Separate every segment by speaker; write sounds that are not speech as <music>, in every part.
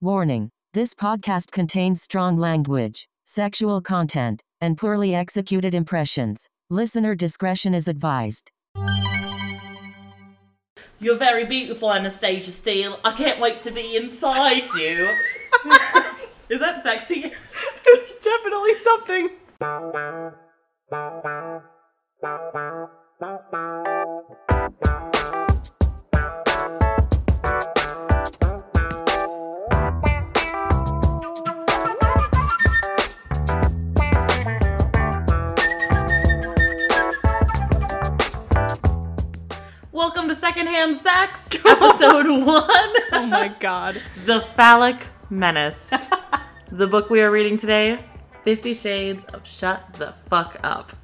Speaker 1: Warning This podcast contains strong language, sexual content, and poorly executed impressions. Listener discretion is advised.
Speaker 2: You're very beautiful, Anastasia Steele. I can't wait to be inside <laughs> you. Is that sexy?
Speaker 3: it's definitely something.
Speaker 2: Welcome to Secondhand <laughs> Sex, episode one
Speaker 3: Oh my god.
Speaker 2: The Phallic Menace. the book we are reading today Fifty Shades of Shut the Fuck Up,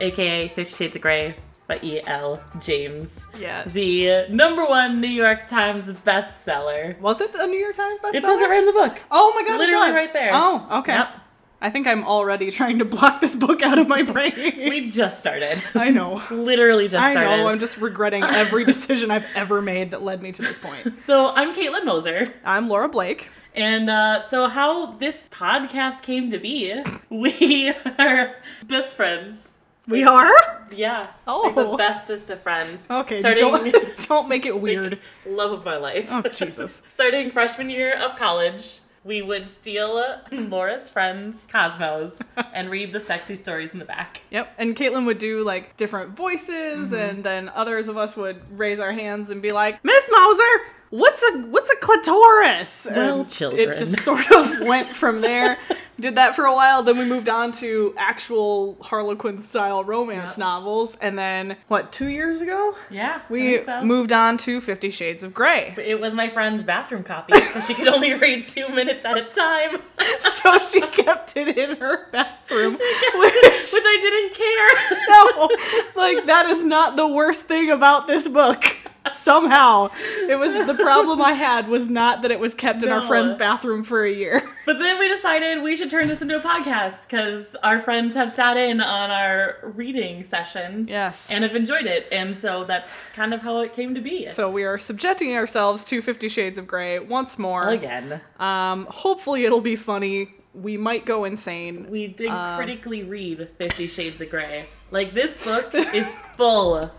Speaker 2: aka Fifty Shades of Grey by E.L. James.
Speaker 3: Yes.
Speaker 2: The number one New York Times bestseller.
Speaker 3: was it the New York Times bestseller?
Speaker 2: It says it right in the book.
Speaker 3: Oh my god, it
Speaker 2: Literally
Speaker 3: does.
Speaker 2: right there.
Speaker 3: Oh, okay.
Speaker 2: Yep.
Speaker 3: I think I'm already trying to block this book out of my brain.
Speaker 2: <laughs> We just started.
Speaker 3: I know.
Speaker 2: Literally just
Speaker 3: I
Speaker 2: started.
Speaker 3: know. I'm just regretting every decision I've ever made that led me to
Speaker 2: <laughs>
Speaker 3: this point.
Speaker 2: So I'm Caitlin Moser,
Speaker 3: I'm Laura Blake.
Speaker 2: and uh, so how this podcast came to be, <laughs> we are best friends.
Speaker 3: We are?
Speaker 2: Yeah, like the
Speaker 3: Oh.
Speaker 2: bestest of friends.
Speaker 3: Okay.
Speaker 2: starting <laughs>
Speaker 3: Don't, <laughs> don't make it weird.
Speaker 2: love of my life.
Speaker 3: Oh, Jesus.
Speaker 2: <laughs> starting freshman year of college, we would steal Laura's friends'
Speaker 3: <laughs>
Speaker 2: Cosmos and read the sexy stories in the back.
Speaker 3: Yep. And Caitlin would do like different voices,
Speaker 2: Mm-hmm.
Speaker 3: and then others of us would raise our hands and be like, Miss Mauser, what's a what's a clitoris?
Speaker 2: Well,
Speaker 3: And
Speaker 2: children.
Speaker 3: It just sort of <laughs> went from there. Did that for a while, then we moved on to actual Harlequin style romance
Speaker 2: Yep.
Speaker 3: novels, and then what, two years ago?
Speaker 2: Yeah, I
Speaker 3: We
Speaker 2: think so.
Speaker 3: moved on to Fifty Shades of Grey.
Speaker 2: It was my friend's bathroom copy because she could only <laughs> read two minutes at a time, <laughs>
Speaker 3: <laughs> so she kept it in her bathroom.
Speaker 2: which
Speaker 3: which-
Speaker 2: I didn't care.
Speaker 3: <laughs> no, like that is not the worst thing about this book. <laughs> Somehow, it was the problem I had was not that it was kept in our
Speaker 2: No.
Speaker 3: friend's bathroom for a year. <laughs>
Speaker 2: But then we decided we should turn this into a podcast because our friends have sat in on our reading sessions.
Speaker 3: Yes.
Speaker 2: And have enjoyed it. And so that's kind of how it came to be.
Speaker 3: So we are subjecting ourselves to Fifty Shades of Grey once more.
Speaker 2: again,
Speaker 3: Um, hopefully it'll be funny. We might go insane.
Speaker 2: we did
Speaker 3: uh,
Speaker 2: critically read Fifty Shades of Grey. Like, this book
Speaker 3: <laughs>
Speaker 2: is full of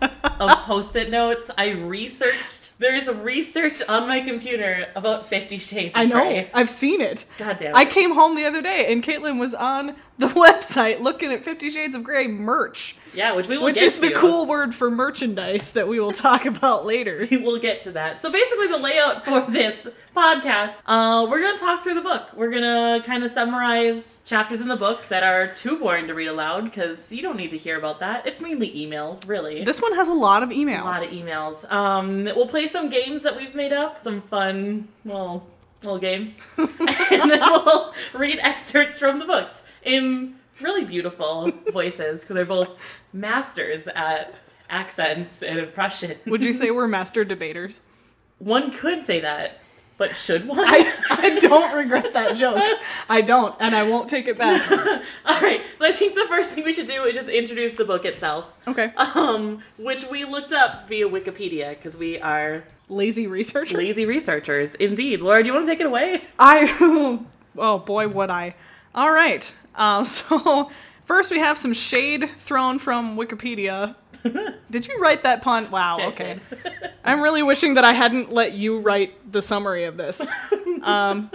Speaker 2: post it notes. I researched, there's research on my computer about Fifty Shades of
Speaker 3: I know.
Speaker 2: Grey.
Speaker 3: I've seen it.
Speaker 2: God damn it.
Speaker 3: I came home the other day and Caitlin was on the <laughs> website looking at Fifty Shades of Grey merch,
Speaker 2: yeah, which we will
Speaker 3: which
Speaker 2: get
Speaker 3: is the
Speaker 2: to.
Speaker 3: cool word for merchandise that we will talk <laughs> about later.
Speaker 2: we'll get to that. So basically, the layout <laughs> for this podcast, uh, we're gonna talk through the book. We're gonna kind of summarize chapters in the book that are too boring to read aloud because you don't need to hear about that. It's mainly emails, really.
Speaker 3: This one has a lot of
Speaker 2: a
Speaker 3: emails.
Speaker 2: lot of emails. Um, we'll play some games that we've made up, some fun, well, little
Speaker 3: <laughs>
Speaker 2: games, <laughs> and then we'll read excerpts from the books in really beautiful voices because they're both masters at accents and impression.
Speaker 3: Would you say we're master debaters?
Speaker 2: One could say that, but should one? <laughs>
Speaker 3: I, I don't regret that joke. I don't, and I won't take it back.
Speaker 2: All right. So I think the first thing we should do is just introduce the book itself,
Speaker 3: <laughs> Okay.
Speaker 2: um, which we looked up via Wikipedia because we are
Speaker 3: Lazy researchers.
Speaker 2: lazy researchers. Indeed, Laura, do you want to take it away?
Speaker 3: I. <laughs> Oh boy, would I. All right. Um, <laughs> so first we have some shade thrown from Wikipedia. Did you write that pun? Wow. Okay. I'm really wishing that I hadn't let you write the summary of this. Um,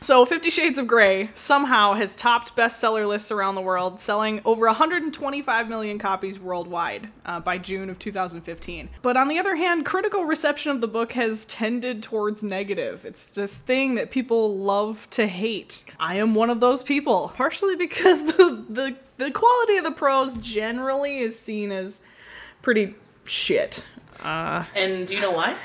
Speaker 3: so, Fifty Shades of Grey somehow has topped bestseller lists around the world, selling over 125 million copies worldwide uh, by June of 2015. But on the other hand, critical reception of the book has tended towards negative. It's this thing that people love to hate. I am one of those people, partially because <laughs> the the, the quality of the prose generally is seen as pretty shit.
Speaker 2: And do you know why?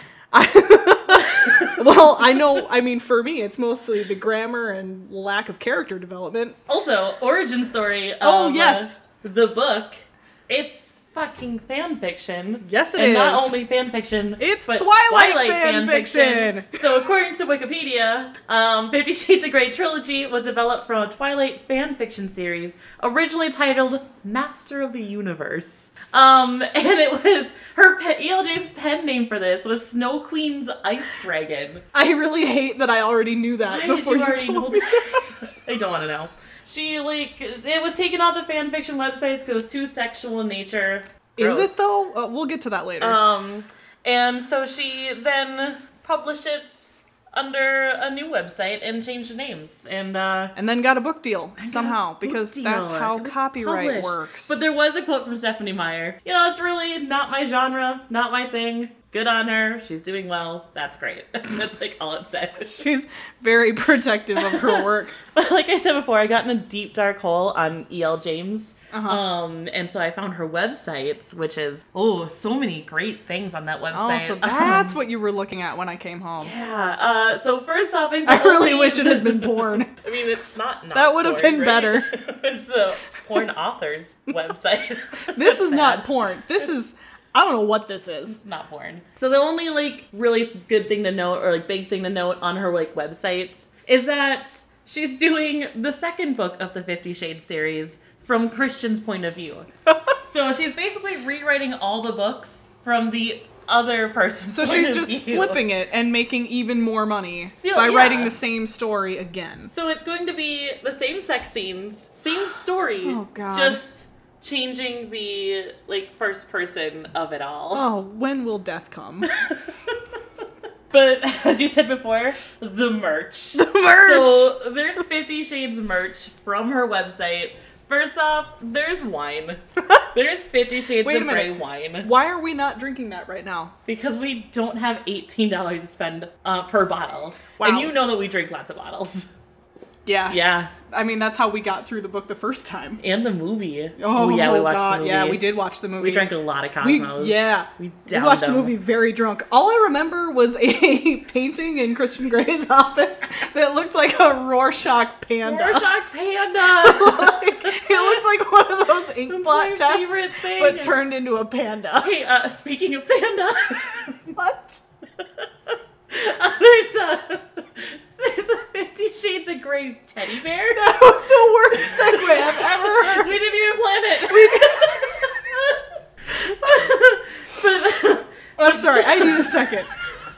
Speaker 3: Well, I know, I mean, for me, it's mostly the grammar and lack of character development.
Speaker 2: Also, origin story. Of,
Speaker 3: Oh, yes.
Speaker 2: uh, the book. It's fucking fan fiction.
Speaker 3: Yes, it
Speaker 2: and not
Speaker 3: is.
Speaker 2: only fan fiction.
Speaker 3: It's
Speaker 2: but
Speaker 3: Twilight fan fiction.
Speaker 2: So according to Wikipedia, um, Fifty Shades of Grey trilogy was developed from a Twilight fan fiction series originally titled Master of the Universe. Um, and it was her pe- E.L. James' pen name for this was Snow Queen's Ice Dragon.
Speaker 3: I really hate that I already knew that
Speaker 2: Why
Speaker 3: before
Speaker 2: did you already
Speaker 3: you,
Speaker 2: know <laughs>
Speaker 3: told me that.
Speaker 2: that? I don't want to know. She like it was taken off the fan fiction websites because it was too sexual in nature.
Speaker 3: Is
Speaker 2: Gross.
Speaker 3: it though? Uh, we'll get to that later.
Speaker 2: Um, and so she then published it under a new website and changed the names. And uh,
Speaker 3: and then got a book deal somehow
Speaker 2: book
Speaker 3: because
Speaker 2: deal.
Speaker 3: that's how
Speaker 2: It was
Speaker 3: copyright
Speaker 2: published.
Speaker 3: works.
Speaker 2: But there was a quote from Stephanie Meyer. You know, it's really not my genre, not my thing. Good on her. She's doing well. That's great. <laughs> That's like all it said. <laughs>
Speaker 3: <laughs> She's very protective of her work.
Speaker 2: But <laughs> like I said before, I got in a deep dark hole on E.L. James.
Speaker 3: Uh-huh.
Speaker 2: Um, and so I found her website, which is oh, so many great things on that website.
Speaker 3: oh, so
Speaker 2: <laughs>
Speaker 3: that's
Speaker 2: Um,
Speaker 3: what you were looking at when I came home.
Speaker 2: yeah. Uh, so first off, it's
Speaker 3: I
Speaker 2: <laughs>
Speaker 3: really
Speaker 2: only-
Speaker 3: wish it had been porn.
Speaker 2: I mean, it's not. not
Speaker 3: That would have
Speaker 2: porn,
Speaker 3: been
Speaker 2: right?
Speaker 3: better.
Speaker 2: <laughs> it's the porn
Speaker 3: <laughs>
Speaker 2: author's website. <laughs>
Speaker 3: This is not
Speaker 2: Sad.
Speaker 3: porn. This is I don't know what this is.
Speaker 2: It's not porn. So the only like really good thing to note or like big thing to note on her like website is that she's doing the second book of the 50 Shades series from Christian's point of
Speaker 3: <laughs>
Speaker 2: view. so she's basically rewriting all the books from the other person's
Speaker 3: So
Speaker 2: point
Speaker 3: she's
Speaker 2: of
Speaker 3: just
Speaker 2: view.
Speaker 3: flipping it and making even more money
Speaker 2: So,
Speaker 3: by
Speaker 2: yeah.
Speaker 3: writing the same story again.
Speaker 2: So it's going to be the same sex scenes, same story,
Speaker 3: Oh, God.
Speaker 2: just changing the like first person of it all.
Speaker 3: Oh, when will death come?
Speaker 2: <laughs> But <laughs> as you said before, the
Speaker 3: <laughs>
Speaker 2: merch. The
Speaker 3: merch!
Speaker 2: So there's Fifty Shades merch from her website. First off, there's
Speaker 3: <laughs>
Speaker 2: wine. There's Fifty Shades
Speaker 3: Wait a
Speaker 2: of Grey
Speaker 3: minute.
Speaker 2: wine
Speaker 3: Why are we not drinking that right now?
Speaker 2: because we don't have eighteen dollars to spend uh, per bottle,
Speaker 3: Wow.
Speaker 2: and you know that we drink lots of
Speaker 3: <laughs>
Speaker 2: bottles.
Speaker 3: Yeah.
Speaker 2: Yeah,
Speaker 3: I mean, that's how we got through the book the first time.
Speaker 2: and the movie.
Speaker 3: Oh,
Speaker 2: yeah, we watched
Speaker 3: God.
Speaker 2: the movie.
Speaker 3: Yeah, we did watch the movie.
Speaker 2: We drank a lot of
Speaker 3: We-
Speaker 2: Cosmos.
Speaker 3: yeah.
Speaker 2: we
Speaker 3: We
Speaker 2: downed
Speaker 3: watched the
Speaker 2: them.
Speaker 3: movie very drunk. All I remember was a <laughs> painting in Christian Gray's office that looked like a Rorschach panda.
Speaker 2: Rorschach Panda.
Speaker 3: <laughs> Like, it looked like one of those ink
Speaker 2: That's
Speaker 3: blot
Speaker 2: my
Speaker 3: tests,
Speaker 2: favorite thing.
Speaker 3: but turned into a panda. <laughs>
Speaker 2: hey, uh, speaking of panda. <laughs>
Speaker 3: what?
Speaker 2: Uh, <laughs> there's a there's a Fifty Shades of Grey teddy
Speaker 3: <laughs>
Speaker 2: bear. <laughs>
Speaker 3: That was the worst segue I've ever
Speaker 2: We
Speaker 3: heard.
Speaker 2: didn't even plan it. <laughs> We did.
Speaker 3: I'm sorry. I need a second.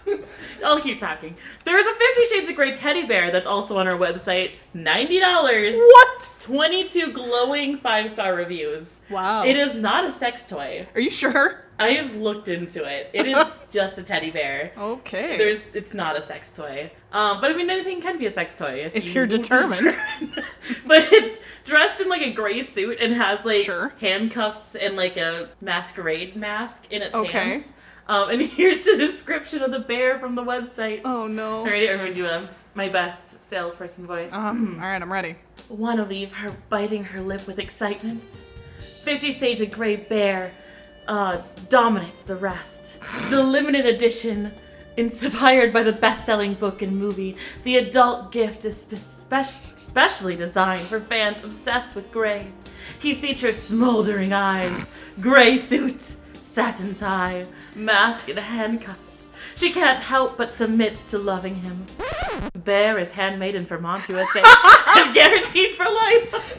Speaker 2: but <laughs> I'll keep talking. There is a Fifty Shades of Grey teddy bear that's also on our website. Ninety dollars.
Speaker 3: What?
Speaker 2: Twenty-two glowing five-star reviews.
Speaker 3: Wow.
Speaker 2: It is not a sex toy.
Speaker 3: Are you sure?
Speaker 2: I have looked into it. It
Speaker 3: <laughs>
Speaker 2: is just a teddy bear.
Speaker 3: Okay.
Speaker 2: There's, it's not a sex toy. Um, but I mean, anything can be a sex toy if,
Speaker 3: If
Speaker 2: you-
Speaker 3: you're determined. <laughs>
Speaker 2: but it's dressed in like a gray suit and has like
Speaker 3: Sure.
Speaker 2: handcuffs and like a masquerade mask in its
Speaker 3: Okay.
Speaker 2: hands. Um, and <laughs> here's the description of the bear from the website.
Speaker 3: oh no.
Speaker 2: All right, I'm gonna do a, my best salesperson voice.
Speaker 3: Um, all right, I'm ready.
Speaker 2: Want to leave her biting her lip with excitement? 50 Sage of Grey Bear uh, dominates the rest. The limited edition, inspired by the best selling book and movie, the adult gift is spe- spec- specially designed for fans obsessed with Grey. He features smoldering eyes, grey suit, satin tie, mask, and handcuffs. She can't help but submit to loving him. Bear is handmade in Vermont,
Speaker 3: <laughs>
Speaker 2: USA, and guaranteed for life.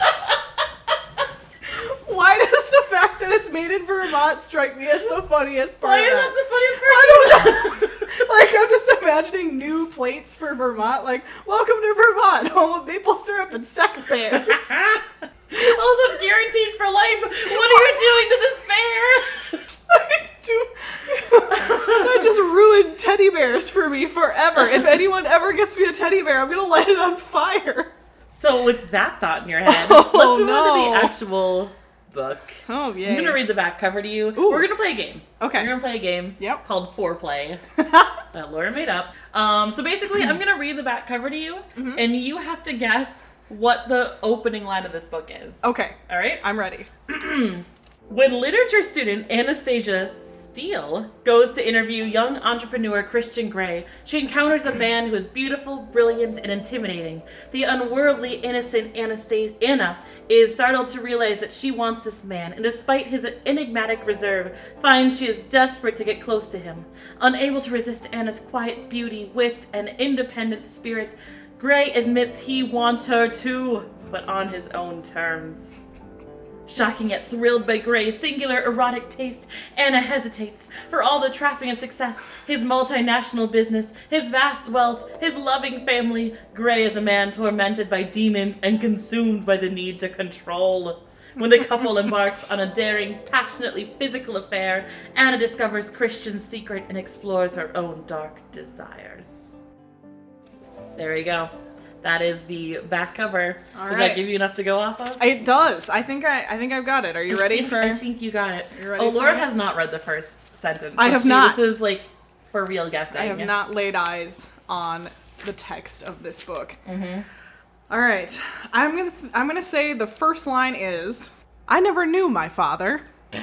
Speaker 3: Why does the fact that it's made in Vermont strike me as the funniest part?
Speaker 2: Why
Speaker 3: of
Speaker 2: is that the
Speaker 3: that?
Speaker 2: funniest part?
Speaker 3: <laughs> Like I'm just imagining new plates for Vermont. Like, welcome to Vermont, home of maple syrup and sex bears. <laughs>
Speaker 2: <laughs> also, it's guaranteed for life. What are you doing to this bear?
Speaker 3: Do- <laughs> that just ruined teddy bears for me forever. <laughs> If anyone ever gets me a teddy bear, I'm gonna light it on fire.
Speaker 2: So, with that thought in your head,
Speaker 3: <laughs> Oh,
Speaker 2: let's move
Speaker 3: no.
Speaker 2: on to the actual book.
Speaker 3: Oh yeah.
Speaker 2: I'm gonna read the back cover to you.
Speaker 3: Ooh.
Speaker 2: We're gonna play a game.
Speaker 3: Okay.
Speaker 2: We're gonna play a game
Speaker 3: Yep.
Speaker 2: called
Speaker 3: <laughs>
Speaker 2: Foreplay. that Laura made up. Um, so basically, I'm gonna read the back cover to you,
Speaker 3: Mm-hmm.
Speaker 2: and you have to guess what the opening line of this book is.
Speaker 3: okay.
Speaker 2: All right.
Speaker 3: I'm ready.
Speaker 2: When literature student Anastasia Steele goes to interview young entrepreneur Christian Gray, she encounters a man who is beautiful, brilliant, and intimidating. The unworldly, innocent Anasta- Anna is startled to realize that she wants this man, and despite his enigmatic reserve, finds she is desperate to get close to him. Unable to resist Anna's quiet beauty, wit, and independent spirit, Gray admits he wants her too, but on his own terms. Shocking yet thrilled by Gray's singular erotic taste, Anna hesitates. For all the trapping of success, his multinational business, his vast wealth, his loving family, Gray is a man tormented by demons and consumed by the need to control. When the
Speaker 3: <laughs>
Speaker 2: couple embarks on a daring, passionately physical affair, Anna discovers Christian's secret and explores her own dark desires. There we go. That is the back cover.
Speaker 3: All
Speaker 2: Does
Speaker 3: right.
Speaker 2: that give you enough to go off of?
Speaker 3: It does. I think I, I think I've got it. Are you ready
Speaker 2: think-
Speaker 3: for?
Speaker 2: I think you got it.
Speaker 3: You ready
Speaker 2: oh,
Speaker 3: for
Speaker 2: Laura
Speaker 3: it?
Speaker 2: has not read the first sentence.
Speaker 3: I
Speaker 2: so
Speaker 3: have
Speaker 2: she-
Speaker 3: not.
Speaker 2: This is like for real guessing.
Speaker 3: I have not laid eyes on the text of this book.
Speaker 2: Mhm.
Speaker 3: All right, I'm gonna I'm gonna say the first line is I never knew my father. <laughs>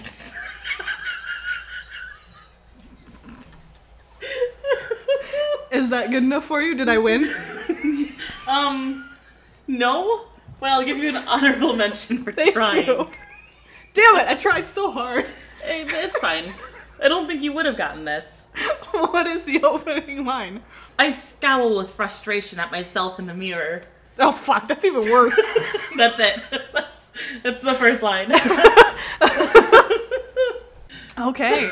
Speaker 3: Is that good enough for you? Did I win?
Speaker 2: Um, no. Well, I'll give you an <laughs> honorable mention for
Speaker 3: Thank
Speaker 2: trying.
Speaker 3: you. Damn it! I tried so hard. <laughs>
Speaker 2: It- it's fine. I don't think you would have gotten this.
Speaker 3: What is the opening line?
Speaker 2: I scowl with frustration at myself in the mirror.
Speaker 3: Oh fuck! That's even worse.
Speaker 2: That's it. <laughs> That's, that's the first
Speaker 3: <laughs>
Speaker 2: line.
Speaker 3: <laughs> okay,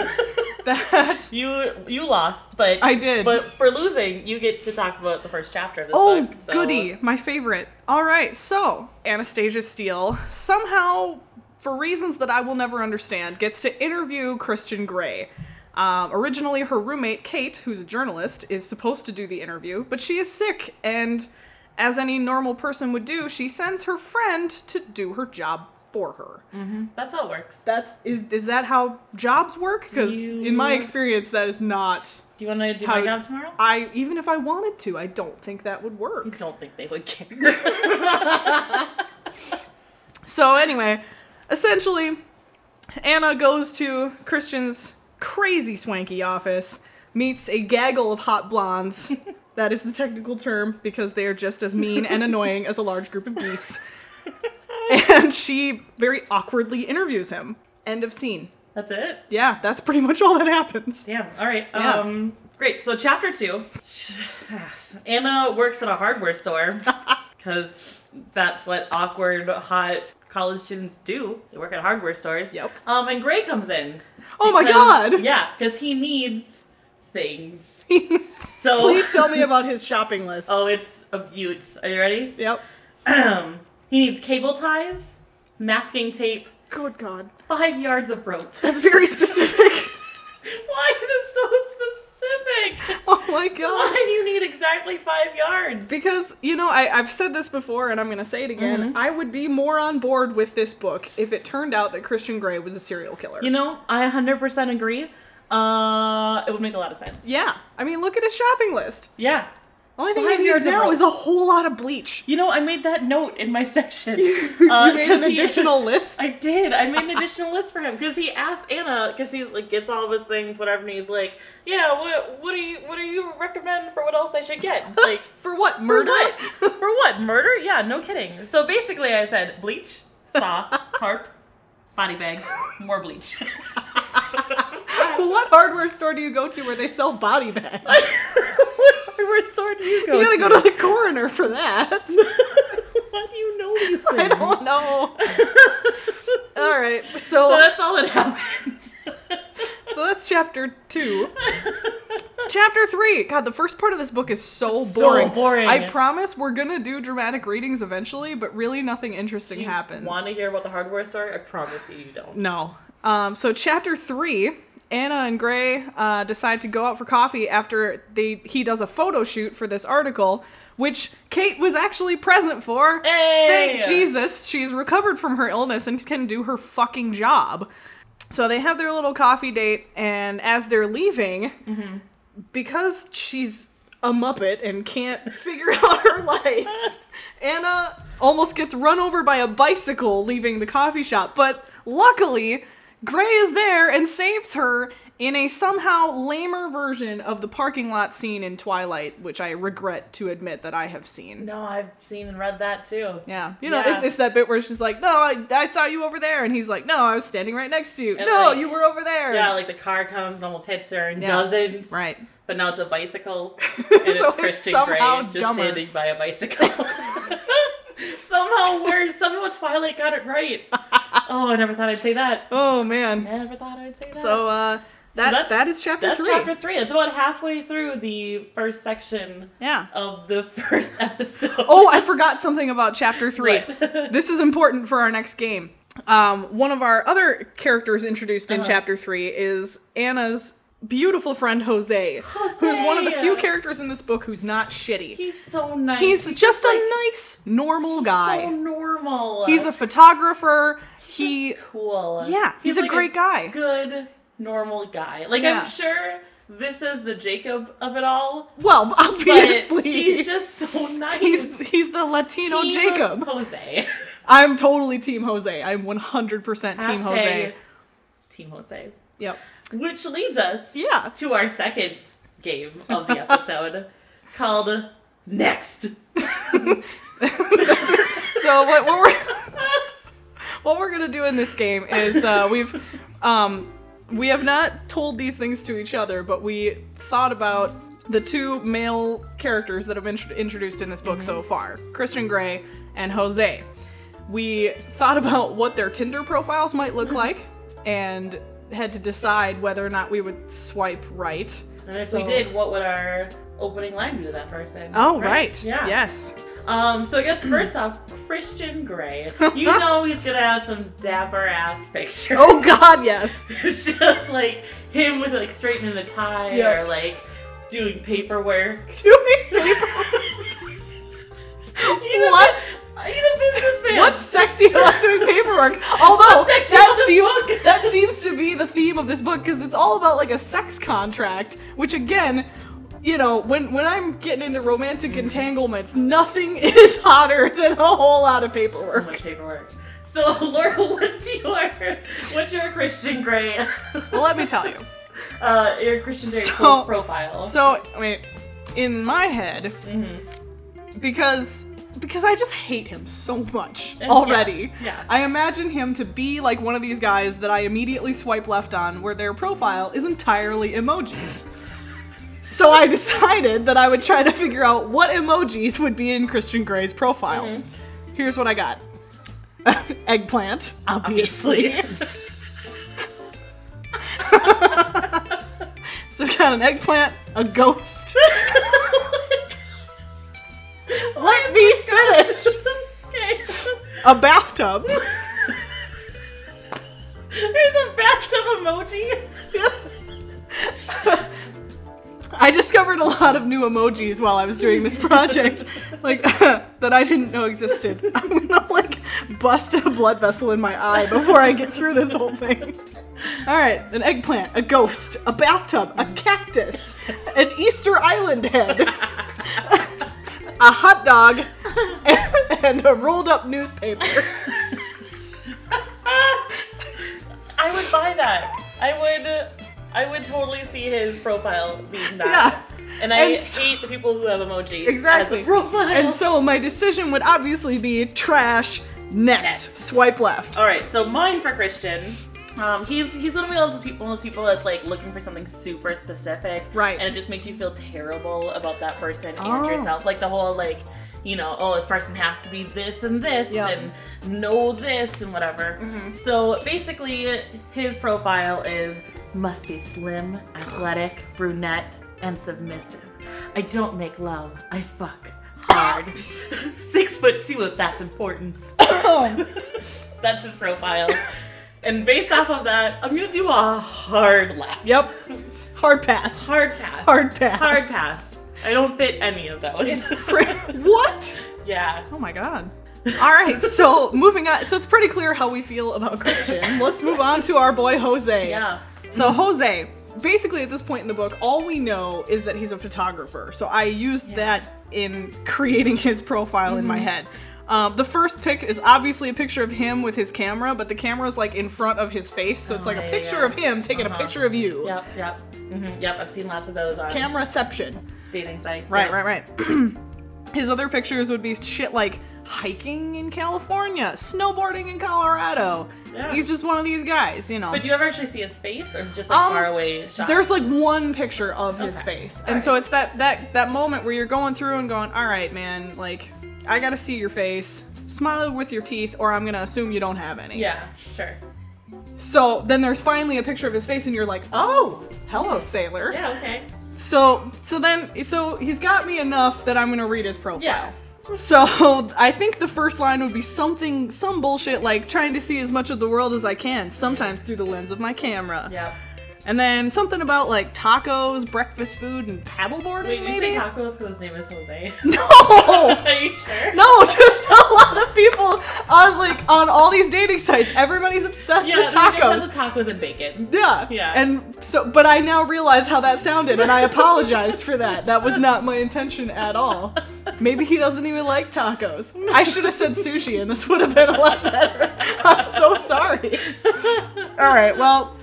Speaker 3: that's
Speaker 2: you you lost, but
Speaker 3: I did.
Speaker 2: But for losing, you get to talk about the first chapter of this
Speaker 3: Oh,
Speaker 2: book. so-
Speaker 3: goody, my favorite. All right, so Anastasia Steele somehow, for reasons that I will never understand, gets to interview Christian Grey. Um, originally, her roommate Kate, who's a journalist, is supposed to do the interview, but she is sick, and as any normal person would do, she sends her friend to do her job for her.
Speaker 2: Mm. That's how it works.
Speaker 3: That's is is that how jobs work? Because
Speaker 2: you-
Speaker 3: in my experience, that is not.
Speaker 2: Do you want to do
Speaker 3: How-
Speaker 2: my job tomorrow?
Speaker 3: I even if I wanted to, I don't think that would work.
Speaker 2: I don't think they would <laughs> care.
Speaker 3: So anyway, essentially, Anna goes to Christian's crazy swanky office, meets a gaggle of hot <laughs> blondes. that is the technical term because they are just as mean and annoying as a large group of geese. and she very awkwardly interviews him. End of scene.
Speaker 2: That's it.
Speaker 3: Yeah, that's pretty much all that happens.
Speaker 2: Damn. All right.
Speaker 3: Yeah.
Speaker 2: Um. Great. So chapter two. <sighs> Anna works at a hardware
Speaker 3: <laughs>
Speaker 2: store because that's what awkward hot college students do. They work at hardware stores.
Speaker 3: Yep.
Speaker 2: Um. And Gray comes in.
Speaker 3: Oh my
Speaker 2: because- <laughs>
Speaker 3: god!
Speaker 2: Yeah, because he needs things.
Speaker 3: <laughs>
Speaker 2: So
Speaker 3: Please tell me about his shopping list.
Speaker 2: <laughs> Oh, it's a butte. Are you ready?
Speaker 3: Yep.
Speaker 2: he needs cable ties, masking tape,
Speaker 3: Good god.
Speaker 2: five yards of rope. <laughs>
Speaker 3: That's very specific.
Speaker 2: Why is it so
Speaker 3: <laughs>
Speaker 2: specific?
Speaker 3: <laughs> oh my god.
Speaker 2: Why do you need exactly five yards?
Speaker 3: Because, you know, I, I've said this before and I'm going to say it again. I would be more on board with this book if it turned out that Christian Grey was a serial killer.
Speaker 2: You know, I 100% agree. Uh, it would make a lot of sense.
Speaker 3: yeah. I mean, look at his shopping list.
Speaker 2: Yeah.
Speaker 3: Only thing
Speaker 2: Behind
Speaker 3: he needs
Speaker 2: yours are
Speaker 3: now
Speaker 2: broke.
Speaker 3: is a whole lot of bleach.
Speaker 2: You know, I made that note in my <laughs> section.
Speaker 3: You
Speaker 2: Uh,
Speaker 3: made
Speaker 2: 'cause
Speaker 3: an <laughs>
Speaker 2: he-
Speaker 3: additional
Speaker 2: <laughs>
Speaker 3: list.
Speaker 2: I did. I made
Speaker 3: <laughs>
Speaker 2: an additional list for him because he asked Anna because he like gets all of his things, whatever, and he's like, "Yeah, what what do you what do you recommend for what else I should get?" It's like
Speaker 3: For what?
Speaker 2: for
Speaker 3: <laughs> Murder? <laughs>
Speaker 2: what? For what? Murder? Yeah, no kidding. So basically, I said bleach,
Speaker 3: <laughs>
Speaker 2: saw, tarp, body bag, more bleach. <laughs>
Speaker 3: What hardware store do you go to where they sell body <laughs> bags?
Speaker 2: what hardware store do you go?
Speaker 3: You gotta go to the coroner for <laughs> that.
Speaker 2: <laughs> Why do you know these things?
Speaker 3: <laughs> I don't <laughs> know. All right, so
Speaker 2: so that's all that happens.
Speaker 3: so that's chapter two. chapter three. God, the first part of this book is so
Speaker 2: So
Speaker 3: boring.
Speaker 2: boring.
Speaker 3: I promise we're gonna do dramatic readings eventually, but really nothing interesting <laughs> happens.
Speaker 2: Want to hear about the hardware store? I promise you, you don't.
Speaker 3: No. Um, so chapter three, Anna and Gray uh, decide to go out for coffee after they he does a photo shoot for this article, which Kate was actually present for.
Speaker 2: Hey!
Speaker 3: Thank Jesus, she's recovered from her illness and can do her fucking job. So they have their little coffee date, and as they're leaving, because she's a muppet and can't <laughs> figure out her life, Anna almost gets run over by a bicycle leaving the coffee shop. But luckily, Gray is there and saves her in a somehow lamer version of the parking lot scene in Twilight, which I regret to admit that I have seen.
Speaker 2: No, I've seen and read that too.
Speaker 3: Yeah, you know,
Speaker 2: Yeah.
Speaker 3: It's, it's that bit where she's like, "No, I, I saw you over there," and he's like, "No, I was standing right next to you."
Speaker 2: And
Speaker 3: no,
Speaker 2: like-
Speaker 3: you were over there.
Speaker 2: Yeah, like the car comes and almost hits her and
Speaker 3: Yeah.
Speaker 2: doesn't.
Speaker 3: Right.
Speaker 2: But now it's a
Speaker 3: <laughs>
Speaker 2: bicycle. And
Speaker 3: So
Speaker 2: it's
Speaker 3: it's
Speaker 2: Christian
Speaker 3: somehow
Speaker 2: Grey just
Speaker 3: dumber.
Speaker 2: standing by a bicycle. <laughs> somehow worse. Somehow Twilight got it
Speaker 3: <laughs>
Speaker 2: right. Oh, I never thought I'd say that.
Speaker 3: oh man.
Speaker 2: I never thought I'd say that.
Speaker 3: So uh, that
Speaker 2: that's-
Speaker 3: that is chapter
Speaker 2: that's
Speaker 3: three.
Speaker 2: chapter three. It's about halfway through the first section
Speaker 3: yeah.
Speaker 2: of the <laughs> first episode.
Speaker 3: Oh, I forgot something about chapter three.
Speaker 2: <laughs> What?
Speaker 3: this is important for our next game. Um, one of our other characters introduced
Speaker 2: Uh-huh.
Speaker 3: in chapter three is Anna's beautiful friend Jose, who's one of the
Speaker 2: Jose!
Speaker 3: few characters in this book who's not shitty.
Speaker 2: he's so nice.
Speaker 3: He's just a nice, normal
Speaker 2: so
Speaker 3: guy.
Speaker 2: normal.
Speaker 3: He's a photographer. He
Speaker 2: cool.
Speaker 3: Yeah, he's a
Speaker 2: like
Speaker 3: great guy.
Speaker 2: Good, normal guy. Like
Speaker 3: Yeah.
Speaker 2: I'm sure this is the Jacob of it
Speaker 3: <laughs>
Speaker 2: all,
Speaker 3: well,
Speaker 2: but
Speaker 3: obviously
Speaker 2: he's just so nice.
Speaker 3: he's he's the Latino
Speaker 2: Team
Speaker 3: Jacob.
Speaker 2: Jose.
Speaker 3: I'm totally Team Jose. I'm 100% Team Jose.
Speaker 2: Hashtag Team Jose.
Speaker 3: Yep.
Speaker 2: Which leads us
Speaker 3: Yeah.
Speaker 2: to our second game of the
Speaker 3: <laughs>
Speaker 2: episode called Next.
Speaker 3: <laughs> So what, what we're what we're gonna do in this game is uh, we've um, we have not told these things to each other, but we thought about the two male characters that have been intro- introduced in this book so
Speaker 2: Mm-hmm.
Speaker 3: far, Christian Grey and Jose. We thought about what their Tinder profiles
Speaker 2: <laughs>
Speaker 3: might look like, and had to decide whether or not we would swipe right.
Speaker 2: And if we
Speaker 3: So-
Speaker 2: did, what would our opening line be to that person?
Speaker 3: Oh right.
Speaker 2: Yeah.
Speaker 3: Yes.
Speaker 2: Um, so I guess first off, Christian Grey. You
Speaker 3: <laughs>
Speaker 2: know he's gonna have some dapper ass pictures.
Speaker 3: Oh God. Yes.
Speaker 2: it's <laughs> just like him with like straightening a tie
Speaker 3: Yeah.
Speaker 2: or like doing paperwork. <laughs>
Speaker 3: Doing
Speaker 2: He's
Speaker 3: <laughs>
Speaker 2: A,
Speaker 3: What?
Speaker 2: bu- he's a <laughs> businessman.
Speaker 3: What's sexy about doing paperwork? Although
Speaker 2: What's sexy about
Speaker 3: that
Speaker 2: this
Speaker 3: seems
Speaker 2: book?
Speaker 3: that seems to be the theme of this book because it's all about like a sex contract, which again, you know, when when I'm getting into romantic entanglements, nothing <laughs> is hotter than a whole lot of
Speaker 2: so
Speaker 3: paperwork.
Speaker 2: much paperwork? So <laughs> Laura, what's your what's your Christian Grey? <laughs>
Speaker 3: Well, let me tell you.
Speaker 2: uh, your Christian Grey
Speaker 3: So-
Speaker 2: pro- profile.
Speaker 3: So, I mean, in my head, because because I just hate him so much
Speaker 2: Yeah,
Speaker 3: already.
Speaker 2: yeah.
Speaker 3: I imagine him to be like one of these guys that I immediately swipe left on, where their profile is entirely emojis. so I decided that I would try to figure out what emojis would be in Christian Gray's profile.
Speaker 2: Mm-hmm.
Speaker 3: Here's what I got. <laughs> Eggplant, obviously.
Speaker 2: <laughs>
Speaker 3: <laughs> so we got an eggplant, a ghost. Let me
Speaker 2: <laughs>
Speaker 3: finish.
Speaker 2: okay.
Speaker 3: A bathtub.
Speaker 2: There's a bathtub emoji. <laughs>
Speaker 3: Yes. I discovered a lot of new emojis while I was doing this project, like <laughs> that I didn't know existed. <laughs> I'm gonna like bust a blood vessel in my eye before I get through this whole thing. <laughs> All right, an eggplant, a ghost, a bathtub, a cactus, an Easter Island head, <laughs> a hot dog, <laughs> and a rolled up
Speaker 2: <laughs>
Speaker 3: newspaper.
Speaker 2: I would buy that. I would. uh, I would totally see his profile being that.
Speaker 3: Yeah.
Speaker 2: And I
Speaker 3: And so-
Speaker 2: hate the people who have emojis
Speaker 3: Exactly.
Speaker 2: as a profile.
Speaker 3: And so my decision would obviously be trash next.
Speaker 2: Next.
Speaker 3: Swipe left.
Speaker 2: All right, so mine for Christian. Um, he's he's one of those people, those people that's like looking for something super specific,
Speaker 3: Right.
Speaker 2: And it just makes you feel terrible about that person and
Speaker 3: Oh.
Speaker 2: yourself. Like the whole like, you know, oh, this person has to be this and this
Speaker 3: Yep. Mm-hmm.
Speaker 2: and know this and whatever. So basically, his profile is must be slim, athletic, brunette, and submissive. I don't make love. I fuck hard.
Speaker 3: <laughs>
Speaker 2: Six foot two, if that's important. Oh, That's his profile. and based off of that, I'm gonna do a hard left.
Speaker 3: yep. <laughs> Hard pass.
Speaker 2: Hard pass.
Speaker 3: Hard pass.
Speaker 2: Hard pass. I don't fit any of those. <laughs>
Speaker 3: It's pretty. what?
Speaker 2: yeah.
Speaker 3: Oh my god. All right, so moving on. So it's pretty clear how we feel about Christian. Let's move on to our boy Jose.
Speaker 2: Yeah.
Speaker 3: So Jose, basically at this point in the book, all we know is
Speaker 2: Mm-hmm.
Speaker 3: that he's a photographer. So I used that in creating his profile in my head. Um, the first pic is obviously a picture of him with his camera, but the camera's like in front of his face, so it's like
Speaker 2: Oh, yeah,
Speaker 3: a
Speaker 2: yeah,
Speaker 3: picture
Speaker 2: yeah.
Speaker 3: of him taking a
Speaker 2: Uh-huh.
Speaker 3: picture of you.
Speaker 2: Yep, yep, hmm yep. I've seen lots of those on
Speaker 3: Cameraception.
Speaker 2: dating sites.
Speaker 3: Right,
Speaker 2: yep.
Speaker 3: right, right. <clears throat> His other pictures would be shit like hiking in California, snowboarding in Colorado.
Speaker 2: Yeah.
Speaker 3: He's just one of these guys, you know.
Speaker 2: But do you ever actually see his face, or is it just like
Speaker 3: Um,
Speaker 2: far away shots?
Speaker 3: There's like one picture of his
Speaker 2: Okay.
Speaker 3: face.
Speaker 2: All
Speaker 3: And
Speaker 2: right.
Speaker 3: so it's that that that moment where you're going through and going, "All right, man, like I got to see your face. Smile with your teeth or I'm going to assume you don't have any."
Speaker 2: yeah, sure.
Speaker 3: So then there's finally a picture of his face and you're like, "Oh, hello, sailor."
Speaker 2: Yeah, okay.
Speaker 3: So so then so he's got me enough that I'm going to read his profile.
Speaker 2: Yeah.
Speaker 3: So <laughs> I think the first line would be something, some bullshit like trying to see as much of the world as I can, sometimes through the lens of my camera.
Speaker 2: Yep.
Speaker 3: And then something about like tacos, breakfast food, and paddleboarding.
Speaker 2: Wait, did you
Speaker 3: maybe? <laughs>
Speaker 2: say tacos because his name is Jose? <laughs>
Speaker 3: no,
Speaker 2: Are you sure?
Speaker 3: no, just a lot of people on like on all these dating sites. Everybody's obsessed
Speaker 2: Yeah,
Speaker 3: with
Speaker 2: they just
Speaker 3: tacos.
Speaker 2: have the tacos and bacon.
Speaker 3: Yeah.
Speaker 2: Yeah.
Speaker 3: And so, but I now realize how that sounded, and I apologize for that. That was not my intention at all. Maybe he doesn't even like tacos. I should have said sushi, and this would have been a lot better. <laughs> I'm so sorry. All right, well.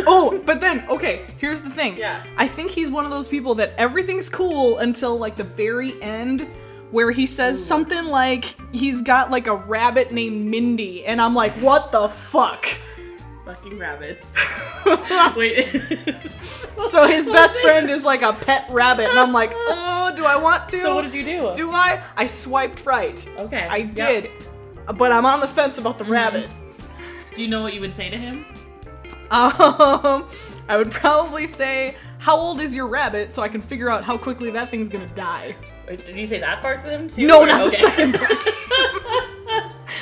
Speaker 3: Oh, but then, okay, here's the thing.
Speaker 2: Yeah.
Speaker 3: I think he's one of those people that everything's cool until like the very end where he says something like he's got like a rabbit named Mindy, and I'm like, what the fuck?
Speaker 2: Fucking
Speaker 3: <laughs>
Speaker 2: rabbits. Wait. <laughs>
Speaker 3: So his
Speaker 2: Oh,
Speaker 3: best friend is like a pet rabbit, and
Speaker 2: <laughs>
Speaker 3: I'm like, oh, do I want to?
Speaker 2: So what did you do?
Speaker 3: Do I? I swiped right.
Speaker 2: okay. Mm-hmm.
Speaker 3: I
Speaker 2: yep.
Speaker 3: did, but I'm on the fence about the rabbit. <laughs>
Speaker 2: Do you know what you would say to him?
Speaker 3: Um, I would probably say, how old is your rabbit, so I can figure out how quickly that thing's gonna die.
Speaker 2: Or did you say that part to them too?
Speaker 3: No,
Speaker 2: Or-
Speaker 3: not the
Speaker 2: okay.
Speaker 3: second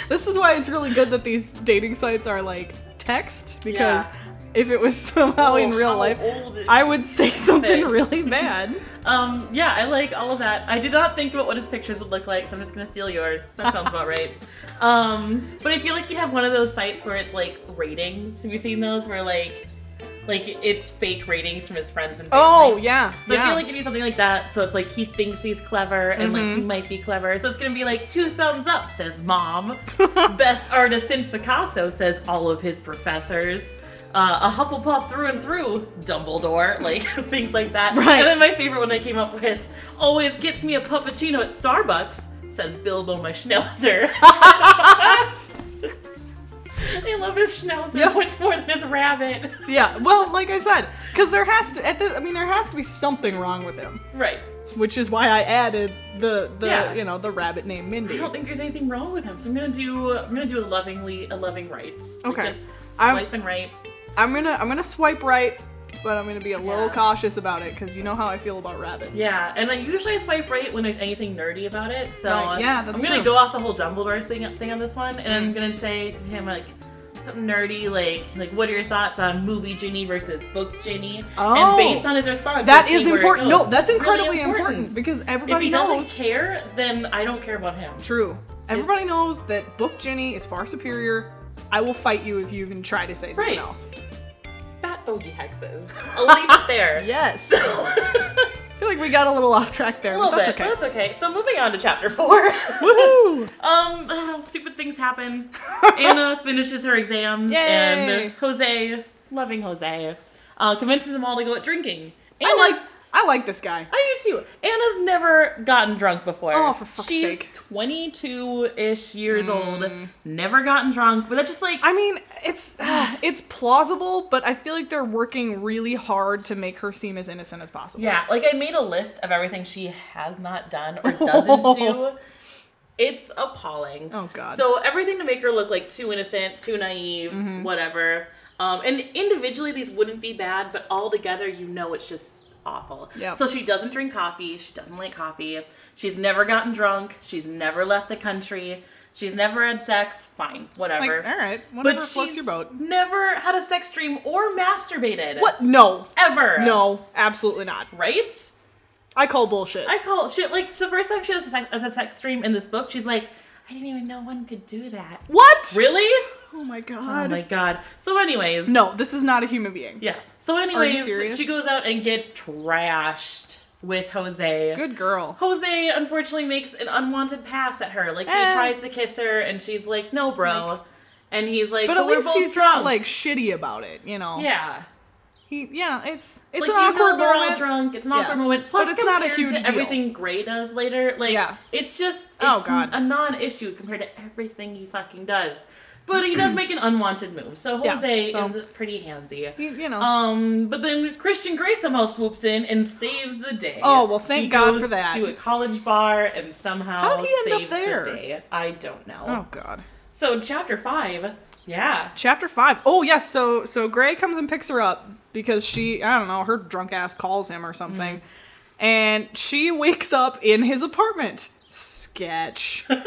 Speaker 3: This is why it's really good that these dating sites are like text because
Speaker 2: Yeah.
Speaker 3: if it was <laughs>
Speaker 2: <laughs>
Speaker 3: somehow
Speaker 2: Oh,
Speaker 3: in real
Speaker 2: how
Speaker 3: life,
Speaker 2: old is
Speaker 3: I would say <laughs> something
Speaker 2: thing?
Speaker 3: really bad.
Speaker 2: <laughs> Um, yeah, I like all of that. I did not think about what his pictures would look like, so I'm just gonna steal yours. That sounds about
Speaker 3: <laughs>
Speaker 2: right. Um, but I feel like you have one of those sites where it's like ratings. Have you seen those where like, like it's fake ratings from his friends and family?
Speaker 3: Oh yeah,
Speaker 2: So
Speaker 3: yeah.
Speaker 2: I feel like it'd be something like that. So it's like he thinks he's clever and like
Speaker 3: Mm-hmm.
Speaker 2: he might be clever. So it's gonna be like two thumbs up says
Speaker 3: <laughs>
Speaker 2: mom, best artist in Picasso says all of his professors, uh, a Hufflepuff through and through, Dumbledore, <laughs> like things like that.
Speaker 3: Right.
Speaker 2: And then my favorite one I came up with always gets me a puppuccino at Starbucks says Bilbo my
Speaker 3: <laughs>
Speaker 2: Schnauzer. <laughs> I love his Schnauzer
Speaker 3: Yep.
Speaker 2: much more than his rabbit. <laughs>
Speaker 3: Yeah, well, like I said, because there has to at this, I mean, there has to be something wrong with him,
Speaker 2: Right.
Speaker 3: which is why I added the the
Speaker 2: Yeah.
Speaker 3: you know the rabbit named
Speaker 2: I
Speaker 3: Mindy.
Speaker 2: don't think there's anything wrong with him, so I'm gonna do I'm gonna do a lovingly a loving rights. Like,
Speaker 3: Okay.
Speaker 2: just
Speaker 3: I'm-
Speaker 2: swipe and right.
Speaker 3: I'm gonna I'm gonna swipe right, but I'm gonna be a little
Speaker 2: Yeah.
Speaker 3: cautious about it because you know how I feel about rabbits.
Speaker 2: Yeah, and I usually I swipe right when there's anything nerdy about it. So
Speaker 3: Right, yeah, that's
Speaker 2: I'm gonna
Speaker 3: true.
Speaker 2: go
Speaker 3: Mm.
Speaker 2: off the whole Dumbledore's thing thing on this one, and I'm gonna say to him like something nerdy, like like what are your thoughts on movie Ginny versus book Ginny?
Speaker 3: Oh.
Speaker 2: and based on his response,
Speaker 3: that
Speaker 2: we'll see
Speaker 3: is
Speaker 2: where it
Speaker 3: important.
Speaker 2: goes.
Speaker 3: No, that's
Speaker 2: It's really
Speaker 3: incredibly important because
Speaker 2: if
Speaker 3: everybody
Speaker 2: he doesn't
Speaker 3: knows.
Speaker 2: care, then I don't care about him.
Speaker 3: True. Everybody knows that Book Jenny is far superior. I will fight you if you even try to say
Speaker 2: Right.
Speaker 3: something else.
Speaker 2: Fat bogey hexes. I'll leave it
Speaker 3: <laughs>
Speaker 2: there.
Speaker 3: Yes. I feel like we got a little off track there,
Speaker 2: A little
Speaker 3: but that's
Speaker 2: bit,
Speaker 3: okay.
Speaker 2: but that's okay. So moving on to chapter four.
Speaker 3: Woohoo!
Speaker 2: <laughs> um, <sighs> ugh, stupid things happen.
Speaker 3: <laughs>
Speaker 2: Anna finishes her exams,
Speaker 3: Yay!
Speaker 2: and Jose, loving Jose, uh, convinces them all to go out drinking.
Speaker 3: I
Speaker 2: Anna's,
Speaker 3: like I like this guy.
Speaker 2: I do too. Anna's never gotten drunk before.
Speaker 3: Oh, for fuck's
Speaker 2: She's
Speaker 3: sake. Mm.
Speaker 2: 22 ish years old, never gotten drunk, but that's just like,
Speaker 3: I mean, it's <sighs> it's plausible, but I feel like they're working really hard to make her seem as innocent as possible.
Speaker 2: Yeah, like I made a list of everything she has not done or doesn't do.
Speaker 3: <laughs>
Speaker 2: It's appalling.
Speaker 3: Oh, God.
Speaker 2: So everything to make her look like too innocent, too naive,
Speaker 3: Mm-hmm.
Speaker 2: whatever. Um, and individually these wouldn't be bad, but all together you know it's just awful.
Speaker 3: Yep.
Speaker 2: So she doesn't drink coffee, she doesn't like coffee, she's never gotten drunk, she's never left the country, she's never had sex, fine,
Speaker 3: Like,
Speaker 2: whatever.
Speaker 3: all right, whatever
Speaker 2: but she's
Speaker 3: floats your
Speaker 2: <laughs>
Speaker 3: boat.
Speaker 2: never had a sex dream or masturbated.
Speaker 3: What? No.
Speaker 2: Ever.
Speaker 3: No, absolutely not.
Speaker 2: Right?
Speaker 3: I call bullshit.
Speaker 2: I call she like the first time she has a sex, has a sex stream in this book, she's like, I didn't even know one could do that.
Speaker 3: what?
Speaker 2: Really?
Speaker 3: Oh my
Speaker 2: Oh
Speaker 3: god.
Speaker 2: my god. So, anyways,
Speaker 3: no, this is not a human being.
Speaker 2: yeah. So, anyways,
Speaker 3: serious?
Speaker 2: she goes out and gets trashed with Jose.
Speaker 3: Good girl.
Speaker 2: Jose unfortunately makes an unwanted pass at her. Like he
Speaker 3: Eh.
Speaker 2: tries to kiss her, and she's like, "No, bro." And he's like,
Speaker 3: But at
Speaker 2: we're
Speaker 3: least
Speaker 2: both
Speaker 3: he's not
Speaker 2: drunk."
Speaker 3: like shitty about it, you know.
Speaker 2: yeah.
Speaker 3: He, yeah, it's
Speaker 2: Like,
Speaker 3: it's
Speaker 2: you
Speaker 3: an
Speaker 2: know
Speaker 3: awkward
Speaker 2: we're all
Speaker 3: moment.
Speaker 2: drunk. It's an awkward
Speaker 3: Yeah.
Speaker 2: moment. Plus,
Speaker 3: But it's not a
Speaker 2: compared
Speaker 3: huge
Speaker 2: to
Speaker 3: deal.
Speaker 2: everything Gray does later. Like,
Speaker 3: Yeah.
Speaker 2: it's just it's
Speaker 3: Oh, God.
Speaker 2: a non-issue compared to everything he fucking does. But he
Speaker 3: <clears throat>
Speaker 2: does make an unwanted move. So
Speaker 3: Yeah,
Speaker 2: Jose
Speaker 3: so-
Speaker 2: is pretty handsy.
Speaker 3: He- you know.
Speaker 2: Um, but then Christian Grey somehow swoops in and saves the day.
Speaker 3: Oh, well, thank
Speaker 2: He
Speaker 3: God
Speaker 2: goes
Speaker 3: for that.
Speaker 2: To a college bar and somehow
Speaker 3: How did he end
Speaker 2: saves
Speaker 3: up there?
Speaker 2: the day. I don't know.
Speaker 3: oh God.
Speaker 2: So chapter five, yeah,
Speaker 3: Chapter five. Oh yes, so so Gray comes and picks her up because she I don't know her drunk ass calls him or something, and she wakes up in his apartment. Sketch. um,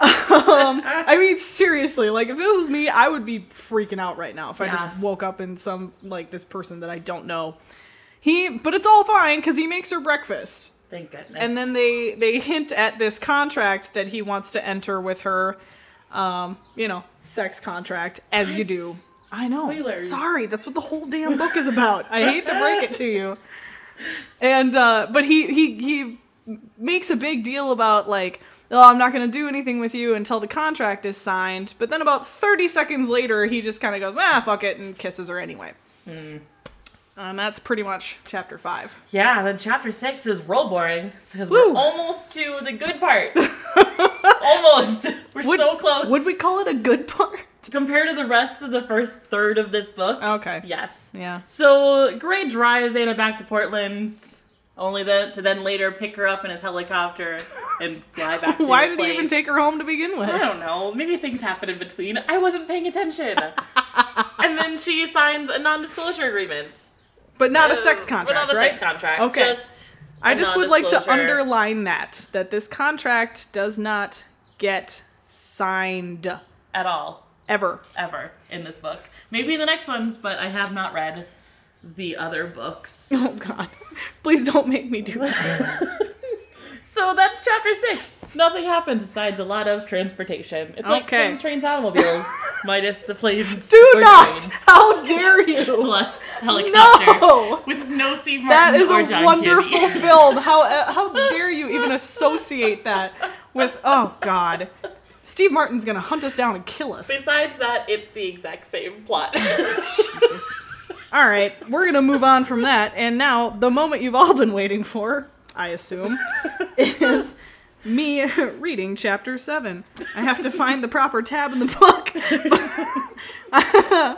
Speaker 3: I mean seriously, like if it was me, I would be freaking out right now if I just
Speaker 2: Yeah.
Speaker 3: woke up in some like this person that I don't know. He, but it's all fine because he makes her breakfast.
Speaker 2: thank goodness.
Speaker 3: and then they they hint at this contract that he wants to enter with her um you know sex contract as you do i know
Speaker 2: Spoilers.
Speaker 3: sorry that's what the whole damn book is about i hate to
Speaker 2: <laughs>
Speaker 3: break it to you and uh but he he he makes a big deal about like oh i'm not going to do anything with you until the contract is signed but then about 30 seconds later he just kind of goes ah fuck it and kisses her anyway
Speaker 2: Hmm.
Speaker 3: and that's pretty much chapter five
Speaker 2: yeah, then chapter six is real boring because
Speaker 3: Woo.
Speaker 2: we're almost to the good part.
Speaker 3: <laughs>
Speaker 2: almost, we're
Speaker 3: Would-
Speaker 2: so close.
Speaker 3: Would we call it a good <laughs> part?
Speaker 2: compared to the rest of the first third of this book?
Speaker 3: Oh, Okay.
Speaker 2: Yes.
Speaker 3: Yeah.
Speaker 2: So Gray drives Anna back to Portland, only the, to then later pick her up in his helicopter and fly back. to
Speaker 3: <laughs> Why
Speaker 2: his
Speaker 3: did he even
Speaker 2: place.
Speaker 3: take her home to begin with?
Speaker 2: I don't know. Maybe things happen in between. I wasn't paying attention.
Speaker 3: <laughs>
Speaker 2: and then she signs a non-disclosure agreement.
Speaker 3: But not a sex
Speaker 2: Uh,
Speaker 3: contract,
Speaker 2: but not a
Speaker 3: right?
Speaker 2: sex contract.
Speaker 3: Okay.
Speaker 2: Just
Speaker 3: I
Speaker 2: a
Speaker 3: just would like to
Speaker 2: non-disclosure.
Speaker 3: underline that that this contract does not get signed
Speaker 2: at all
Speaker 3: ever. <laughs>
Speaker 2: ever in this book. Maybe in the next ones, but I have not read the other
Speaker 3: <laughs>
Speaker 2: books.
Speaker 3: Oh God! Please don't make me do that.
Speaker 2: So that's chapter six. Nothing happens besides a lot of transportation. It's like
Speaker 3: Okay.
Speaker 2: train, trains,
Speaker 3: <laughs>
Speaker 2: automobiles, minus the planes.
Speaker 3: Do
Speaker 2: or
Speaker 3: not!
Speaker 2: trains,
Speaker 3: How
Speaker 2: <laughs>
Speaker 3: dare you!
Speaker 2: Plus helicopter.
Speaker 3: No!
Speaker 2: With no Steve Martin
Speaker 3: That is
Speaker 2: or
Speaker 3: a
Speaker 2: John
Speaker 3: wonderful
Speaker 2: Candy.
Speaker 3: film. How uh, how dare you even associate that with? Oh God! Steve Martin's gonna hunt us down and kill
Speaker 2: <laughs>
Speaker 3: us.
Speaker 2: Besides that, it's the exact same plot. <laughs>
Speaker 3: Jesus. All right, we're going to move on from that. And now, the moment you've all been waiting for, I assume, is me reading chapter 7. I have to find the proper tab in the book. <laughs>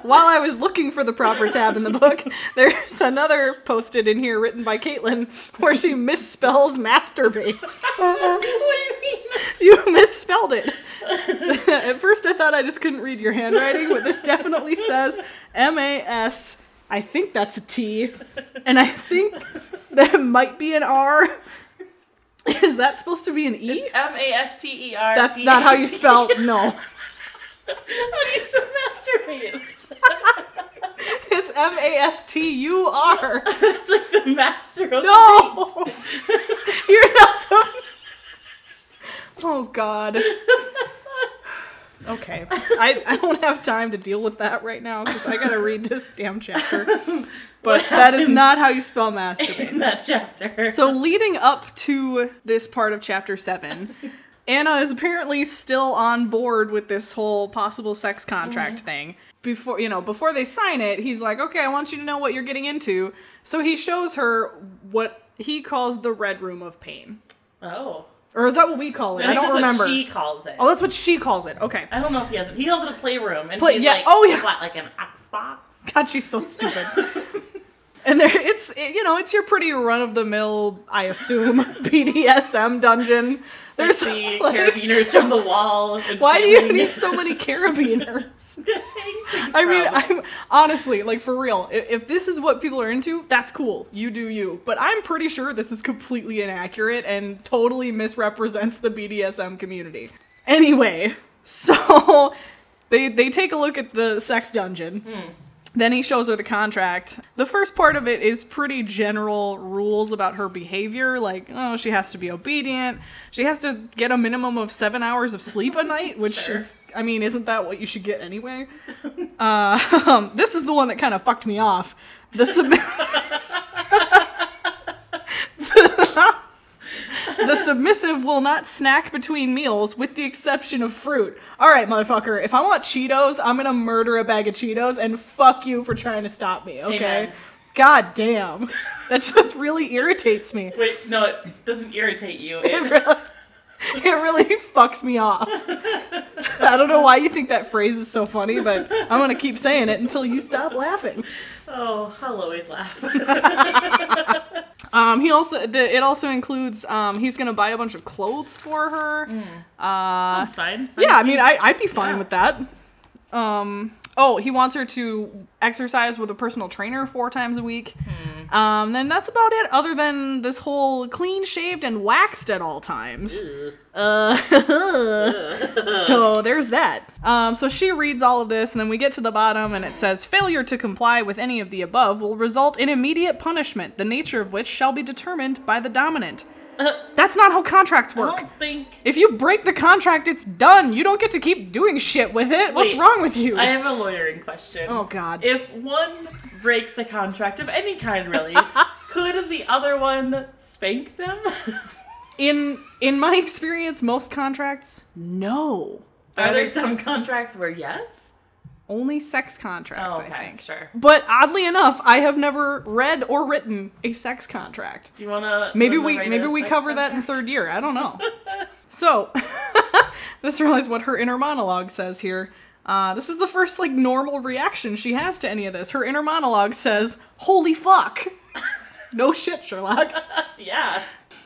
Speaker 3: While I was looking for the proper tab in the book, there's another posted in here written by Caitlin where she misspells masturbate.
Speaker 2: what do you mean?
Speaker 3: You <laughs> misspelled it. At first, I thought I just couldn't read your handwriting, but this definitely says M A S. I think that's a T, and I think that might be an R. <laughs> Is that supposed to be an E?
Speaker 2: M A S T E R.
Speaker 3: That's not how you spell. No,
Speaker 2: <laughs> How do you spell masturbate?
Speaker 3: it's M A S T U R.
Speaker 2: <laughs> That's like the master of
Speaker 3: No,
Speaker 2: things.
Speaker 3: <laughs> you're not. The... Oh God. Okay, I, I don't have time to deal with that right now because I gotta read this damn chapter. But that is not how you spell
Speaker 2: <laughs>
Speaker 3: masturbate.
Speaker 2: in that chapter.
Speaker 3: So, leading up to this part of
Speaker 2: <laughs>
Speaker 3: chapter seven, Anna is apparently still on board with this whole possible sex contract
Speaker 2: Mm-hmm.
Speaker 3: thing. Before you know, before they sign it, he's like, "Okay, I want you to know what you're getting into." So he shows her what he calls the red room of pain,
Speaker 2: oh,
Speaker 3: or is that what we call it? I,
Speaker 2: think
Speaker 3: don't
Speaker 2: that's
Speaker 3: remember.
Speaker 2: What she calls it.
Speaker 3: oh, that's what she calls it.
Speaker 2: <laughs>
Speaker 3: Okay.
Speaker 2: I don't know if he has it. He calls it a playroom, and
Speaker 3: Play-
Speaker 2: she's
Speaker 3: yeah,
Speaker 2: like,
Speaker 3: oh, yeah.
Speaker 2: what, like an
Speaker 3: <laughs>
Speaker 2: Xbox?
Speaker 3: God, she's
Speaker 2: <laughs>
Speaker 3: so stupid. and there, it's it- you know, it's your pretty run of the mill, I assume,
Speaker 2: <laughs>
Speaker 3: BDSM dungeon.
Speaker 2: There's
Speaker 3: There's
Speaker 2: the
Speaker 3: like,
Speaker 2: carabiners from the wall. and
Speaker 3: Why do you
Speaker 2: filming.
Speaker 3: need so
Speaker 2: <laughs>
Speaker 3: many carabiners? <laughs> I
Speaker 2: I
Speaker 3: mean, I'm honestly like for real. i- If, this is what people are into, that's cool. You do you. But I'm pretty sure this is completely inaccurate and totally misrepresents the BDSM community. Anyway, <laughs> so they they take a look at the sex dungeon. Then he shows her the contract. The first part of it is pretty general rules about her behavior, like oh she has to be obedient, she has to get a minimum of seven hours of sleep a night, which
Speaker 2: Sure.
Speaker 3: is I mean isn't that what you should get anyway? Uh, <laughs> this is the one that kind of fucked me off. The sub- submissive will not snack between meals with the exception of fruit. All right, motherfucker, if I want Cheetos, I'm going to murder a bag of Cheetos and fuck you for trying to stop me, okay?
Speaker 2: Amen.
Speaker 3: God damn. That just really irritates me.
Speaker 2: <laughs> Wait, no, it doesn't irritate you.
Speaker 3: <laughs> It
Speaker 2: It,
Speaker 3: really, it really fucks me off. I don't know why you think that phrase is so funny, but I'm going to keep saying it until you stop laughing.
Speaker 2: oh, I'll always laugh.
Speaker 3: Uh, Um, he also the, it also includes um, he's gonna buy a bunch of clothes for her. Uh,
Speaker 2: That's fine.
Speaker 3: <laughs> yeah, I mean I, I'd be fine
Speaker 2: Yeah.
Speaker 3: with that. Um, oh, he wants her to exercise with a personal trainer four times a week. Um, then that's about it. Other than this whole clean shaved and waxed at all times. Uh, <laughs> so there's that. Um, so she reads all of this, and then we get to the bottom, and it says failure to comply with any of the above will result in immediate punishment, the nature of which shall be determined by the dominant. That's not how contracts
Speaker 2: I
Speaker 3: work.
Speaker 2: don't think
Speaker 3: If you break the contract, it's done. You don't get to keep doing shit with it. What's
Speaker 2: Wait,
Speaker 3: wrong with you?
Speaker 2: I have a lawyering question.
Speaker 3: oh God.
Speaker 2: If one breaks a contract of any kind,
Speaker 3: <laughs>
Speaker 2: really, could the other one spank them?
Speaker 3: in in my <laughs> experience, most contracts, no.
Speaker 2: Are there some contracts where yes?
Speaker 3: Only sex contracts,
Speaker 2: Oh, okay,
Speaker 3: I think.
Speaker 2: sure.
Speaker 3: But oddly enough, I have never read or written a sex contract.
Speaker 2: Do you wanna?
Speaker 3: Maybe
Speaker 2: wanna
Speaker 3: we
Speaker 2: write
Speaker 3: maybe
Speaker 2: a
Speaker 3: we
Speaker 2: sex
Speaker 3: cover that in
Speaker 2: contract?
Speaker 3: third year. I don't know.
Speaker 2: <laughs>
Speaker 3: so, <laughs> just realized what her inner monologue says here. Uh, this is the first like normal reaction she has to any of this. Her inner monologue says,
Speaker 2: <laughs>
Speaker 3: "Holy fuck." No shit, Sherlock.
Speaker 2: Yeah.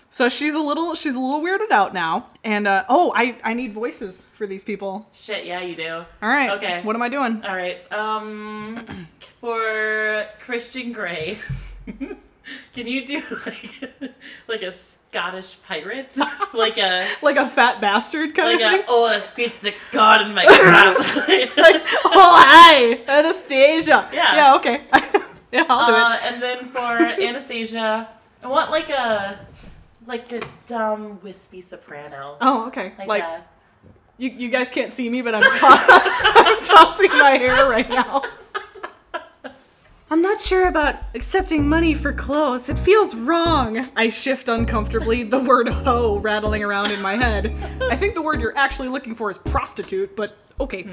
Speaker 3: So she's a little she's a little weirded out now. And uh, oh, I I need voices for these people.
Speaker 2: Shit. Yeah, you do.
Speaker 3: All right.
Speaker 2: Okay.
Speaker 3: What am I doing?
Speaker 2: All right. Um, <clears throat> for Christian Grey, <laughs> can you do like <laughs> like a Scottish
Speaker 3: <laughs>
Speaker 2: pirate, like a
Speaker 3: Like a fat bastard kind
Speaker 2: like a <laughs>
Speaker 3: of <laughs> thing.
Speaker 2: oh this piece of god in my
Speaker 3: <laughs>
Speaker 2: crap. <laughs>
Speaker 3: like, oh hi, Anastasia.
Speaker 2: Yeah.
Speaker 3: Yeah. Okay. <laughs> yeah, I'll do it.
Speaker 2: Uh, and then for Anastasia, I want like a like a dumb wispy soprano.
Speaker 3: Oh, okay.
Speaker 2: Like,
Speaker 3: like
Speaker 2: a,
Speaker 3: You, you guys can't see me, but I'm, to- <laughs> I'm tossing my hair right now. I'm not sure about accepting money for clothes. It feels wrong. I shift uncomfortably, the word hoe rattling around in my head. I think the word you're actually looking for is prostitute, but okay.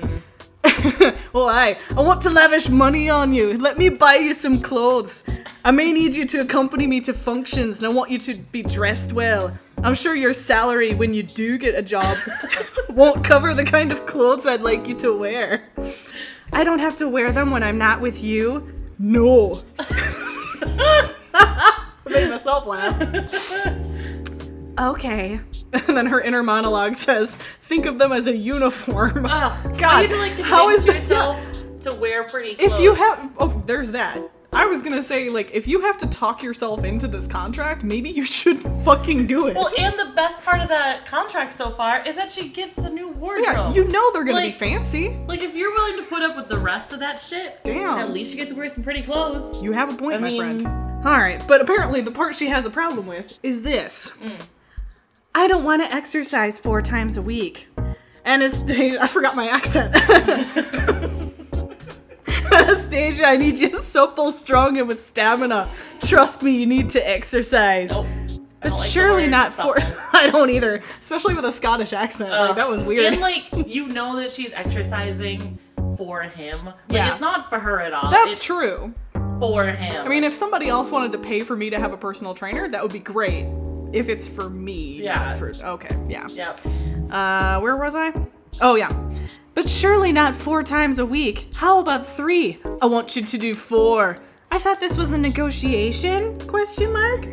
Speaker 3: <laughs> well, I, I want to lavish money on you. Let me buy you some clothes. I may need you to accompany me to functions, and I want you to be dressed well. I'm sure your salary, when you do get a job, <laughs> won't cover the kind of clothes I'd like you to wear. I don't have to wear them when I'm not with you. No.
Speaker 2: <laughs>
Speaker 3: I made myself laugh. Okay. And then her inner monologue says, "Think of them as a uniform." <laughs>
Speaker 2: Ugh,
Speaker 3: God,
Speaker 2: you to, like,
Speaker 3: how
Speaker 2: convince
Speaker 3: is that-
Speaker 2: yourself to wear pretty clothes?
Speaker 3: If you have, oh, there's that. I was gonna say, like, if you have to talk yourself into this contract, maybe you should <laughs> fucking do it.
Speaker 2: Well, and the best part of that contract so far is that she gets the new wardrobe.
Speaker 3: yeah, you know they're gonna be
Speaker 2: Like-
Speaker 3: fancy.
Speaker 2: Like, if you're willing to put up with the rest of that shit,
Speaker 3: Damn.
Speaker 2: at least you get to wear some pretty clothes.
Speaker 3: You have a point,
Speaker 2: I
Speaker 3: my
Speaker 2: mean-
Speaker 3: friend. All right, but apparently the part she has a problem with is this.
Speaker 2: Mm.
Speaker 3: I don't want to exercise four times a week. Anastasia, <laughs> I forgot my accent. <laughs> Anastasia, I need you supple, strong, and with stamina. Trust me, you need to exercise.
Speaker 2: Nope. I don't
Speaker 3: It's
Speaker 2: like the
Speaker 3: surely
Speaker 2: word
Speaker 3: not four. <laughs>
Speaker 2: supple.
Speaker 3: I don't either, especially with a Scottish accent. like, that was weird.
Speaker 2: Uh, And like you know that she's exercising for him. Like
Speaker 3: Yeah.
Speaker 2: it's not for her at all.
Speaker 3: That's
Speaker 2: It's
Speaker 3: true.
Speaker 2: For him.
Speaker 3: I mean, if somebody else wanted to pay for me to have a personal trainer, that would be great. If it's for me, not
Speaker 2: Yeah.
Speaker 3: for- okay, yeah.
Speaker 2: Yep.
Speaker 3: Uh, where was I? Oh yeah. But surely not four times a week. How about three? I want you to do four. I thought this was a negotiation? Question mark.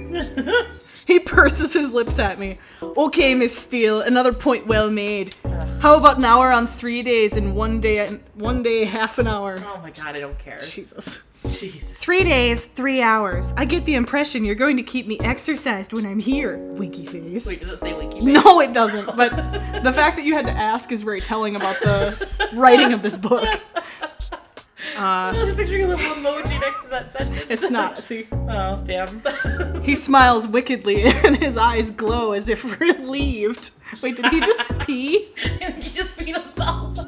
Speaker 3: he purses his lips at me. Okay, Miss Steele, another point well made. How about an hour on three days and one day one day half an hour?
Speaker 2: Oh my god, I don't care.
Speaker 3: Jesus.
Speaker 2: Jesus.
Speaker 3: Three days, three hours. I get the impression you're going to keep me exercised when I'm here. Winky face.
Speaker 2: Wait, does it say winky face?
Speaker 3: No, it doesn't. But the fact that you had to ask is very telling about the writing of this book.
Speaker 2: I was just picturing a little emoji next to that sentence.
Speaker 3: It's not. See,
Speaker 2: <laughs> Oh damn. <laughs>
Speaker 3: he smiles wickedly <laughs> and his eyes glow as if <laughs> relieved. Wait, did he just pee? <laughs>
Speaker 2: you just beat himself. <laughs>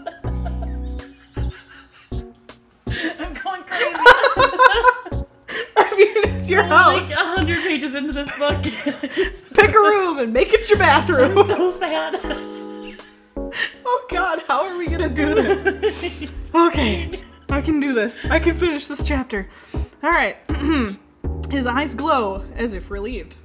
Speaker 2: I'm going crazy.
Speaker 3: I mean, It's your
Speaker 2: like
Speaker 3: house.
Speaker 2: a hundred pages into this book. <laughs> it's
Speaker 3: Pick a room and make it your bathroom.
Speaker 2: so sad.
Speaker 3: oh God, how are we gonna do this? Okay, I can do this. I can finish this chapter. All right. <clears throat> His eyes glow as if relieved.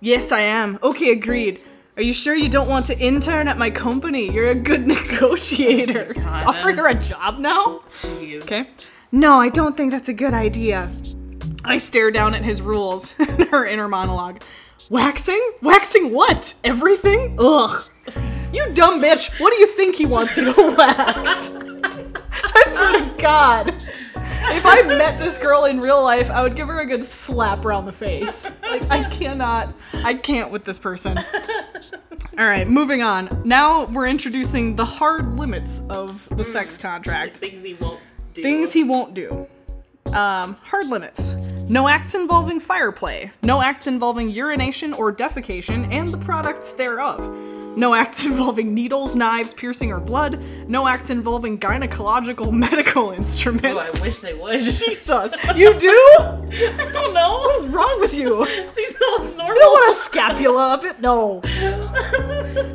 Speaker 3: Yes, I am. Okay, agreed. Are you sure you don't want to intern at my company? You're a good <laughs> negotiator. He's
Speaker 2: God,
Speaker 3: offering
Speaker 2: man.
Speaker 3: her a job now?
Speaker 2: Jeez.
Speaker 3: Okay. No, I don't think that's a good idea. I stare down at his rules <laughs> in her inner monologue. Waxing? Waxing what? Everything? Ugh. You dumb bitch. What do you think he wants you to <laughs> wax? I swear to God. If I met this girl in real life, I would give her a good slap around the face. Like, I cannot. I can't with this person. All right, moving on. Now we're introducing the hard limits of the sex contract
Speaker 2: Things he won't do.
Speaker 3: things he won't do. Um, hard limits. No acts involving fire play. No acts involving urination or defecation and the products thereof. No acts <laughs> involving needles, knives, piercing, or blood. No acts involving gynecological <laughs> medical
Speaker 2: Oh,
Speaker 3: instruments.
Speaker 2: I wish they would. <laughs>
Speaker 3: <laughs> Jesus, you do? What's
Speaker 2: I don't
Speaker 3: <laughs>
Speaker 2: know.
Speaker 3: wrong with you? You
Speaker 2: These normal.
Speaker 3: don't want a scapula up it? No.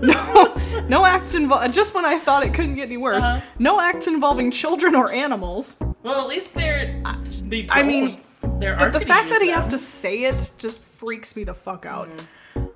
Speaker 3: No, <laughs> no acts involving. Just when I thought it couldn't get any worse.
Speaker 2: Uh-huh.
Speaker 3: No acts involving children or animals.
Speaker 2: <laughs> Well, at least they're. They don't.
Speaker 3: I mean,
Speaker 2: they're
Speaker 3: But the fact that he has to say it just freaks me the fuck out.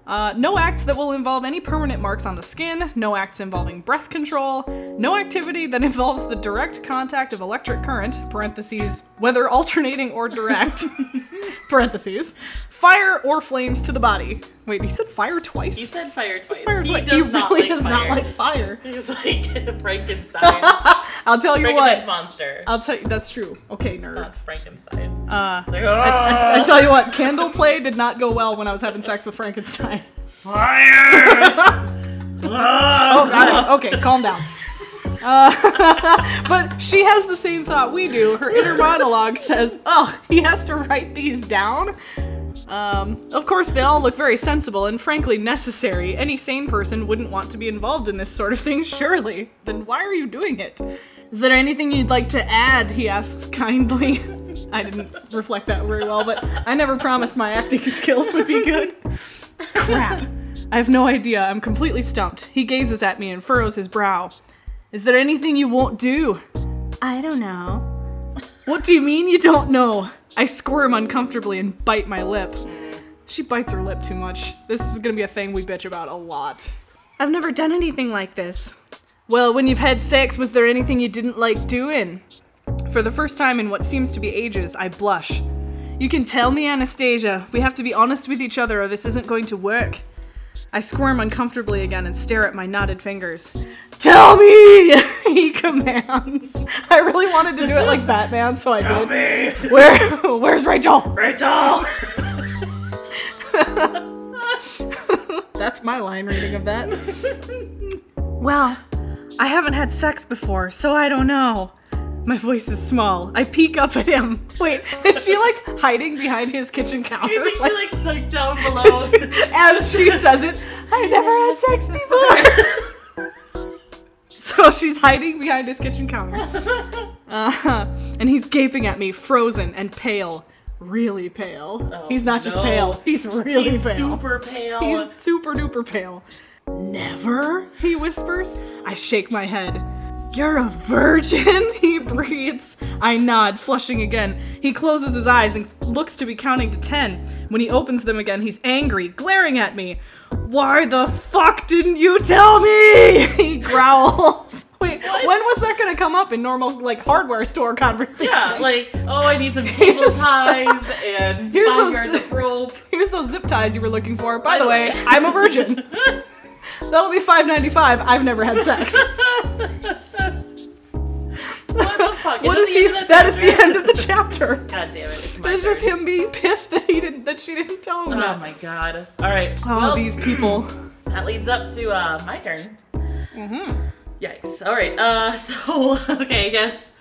Speaker 3: Uh, no acts that will involve any permanent marks on the skin, no acts involving breath control, no activity that <laughs> involves the direct contact of electric current, parentheses, whether alternating or direct, <laughs> parentheses, fire or flames to the body. Wait, he said fire twice?
Speaker 2: He said fire twice.
Speaker 3: fire
Speaker 2: he
Speaker 3: twice.
Speaker 2: does
Speaker 3: really
Speaker 2: not like
Speaker 3: does
Speaker 2: fire.
Speaker 3: not like fire.
Speaker 2: <laughs> He's like <laughs>
Speaker 3: <laughs>
Speaker 2: Frankenstein.
Speaker 3: I'll tell you
Speaker 2: Frankenstein's
Speaker 3: what.
Speaker 2: monster.
Speaker 3: I'll tell you, that's true. Okay, nerds.
Speaker 2: That's Frankenstein.
Speaker 3: Uh,
Speaker 2: Like,
Speaker 3: I, I
Speaker 2: "Ah,
Speaker 3: tell you what, candle play did not go well when I was having sex with Frankenstein.
Speaker 2: fire! Ah.
Speaker 3: Oh, got it. Okay, calm down. Uh, <laughs> but she has the same thought we do. Her inner monologue says, "Ugh, he has to write these down." Um, of course, they all look very sensible and frankly necessary. Any sane person wouldn't want to be involved in this sort of thing, surely. Then why are you doing it? Is there anything you'd like to add? He asks kindly. <laughs> I didn't reflect that very well, but I never promised my acting <laughs> skills would be good. Crap. I have no idea. I'm completely stumped. He gazes at me and furrows his brow. Is there anything you won't do? I don't know. What do you mean you don't know? I squirm uncomfortably and bite my lip. She bites her lip too much. This is gonna be a thing we bitch about a lot. I've never done anything like this. Well, when you've had sex, was there anything you didn't like doing? For the first time in what seems to be ages, I blush. You can tell me, Anastasia. We have to be honest with each other or this isn't going to work. I squirm uncomfortably again and stare at my knotted fingers. Tell me! <laughs> he commands. I really wanted to do it like Batman, so I did.
Speaker 2: Me,
Speaker 3: Where where's Rachel?
Speaker 2: Rachel. <laughs>
Speaker 3: That's my line reading of that. <laughs> well, I haven't had sex before, so I don't know. My voice is small. I peek up at him. <laughs> Wait, is she like hiding behind his kitchen counter?
Speaker 2: You think
Speaker 3: Like-
Speaker 2: she like sunk down below?
Speaker 3: <laughs> as she says it, I never had sex before. <laughs> so she's hiding behind his kitchen <laughs> counter. Uh, and he's gaping at me, frozen and pale. Really pale.
Speaker 2: Oh,
Speaker 3: he's not just
Speaker 2: no.
Speaker 3: pale, he's really
Speaker 2: He's
Speaker 3: pale.
Speaker 2: super pale.
Speaker 3: He's super duper pale. Never? He whispers. I shake my head. You're a virgin? <laughs> He breathes. I nod, flushing again. He closes his eyes and looks to be counting to ten. When he opens them again, he's angry, glaring at me. Why the fuck didn't you tell me? <laughs> He growls. <laughs> Wait, when was that gonna come up in normal, like, hardware store conversation? <laughs>
Speaker 2: yeah, like oh, I need some cable ties and
Speaker 3: Here's
Speaker 2: five
Speaker 3: those-
Speaker 2: yards
Speaker 3: <laughs>
Speaker 2: of rope.
Speaker 3: Here's those zip ties you were looking for. By the way, I'm
Speaker 2: <laughs>
Speaker 3: a virgin. That'll be five ninety five. I've never had sex.
Speaker 2: What the fuck?
Speaker 3: what
Speaker 2: that
Speaker 3: is
Speaker 2: the
Speaker 3: he?
Speaker 2: end of
Speaker 3: That is the
Speaker 2: chapter?
Speaker 3: end of
Speaker 2: <laughs>
Speaker 3: the chapter.
Speaker 2: God damn it! It's my
Speaker 3: That's just
Speaker 2: turn.
Speaker 3: him being pissed that he didn't that she didn't tell him
Speaker 2: Oh
Speaker 3: that.
Speaker 2: my god! All right.
Speaker 3: Oh,
Speaker 2: well,
Speaker 3: these people.
Speaker 2: That leads up to uh, my turn. Mm-hmm. Yikes. All right. Uh, <laughs> so, okay, I guess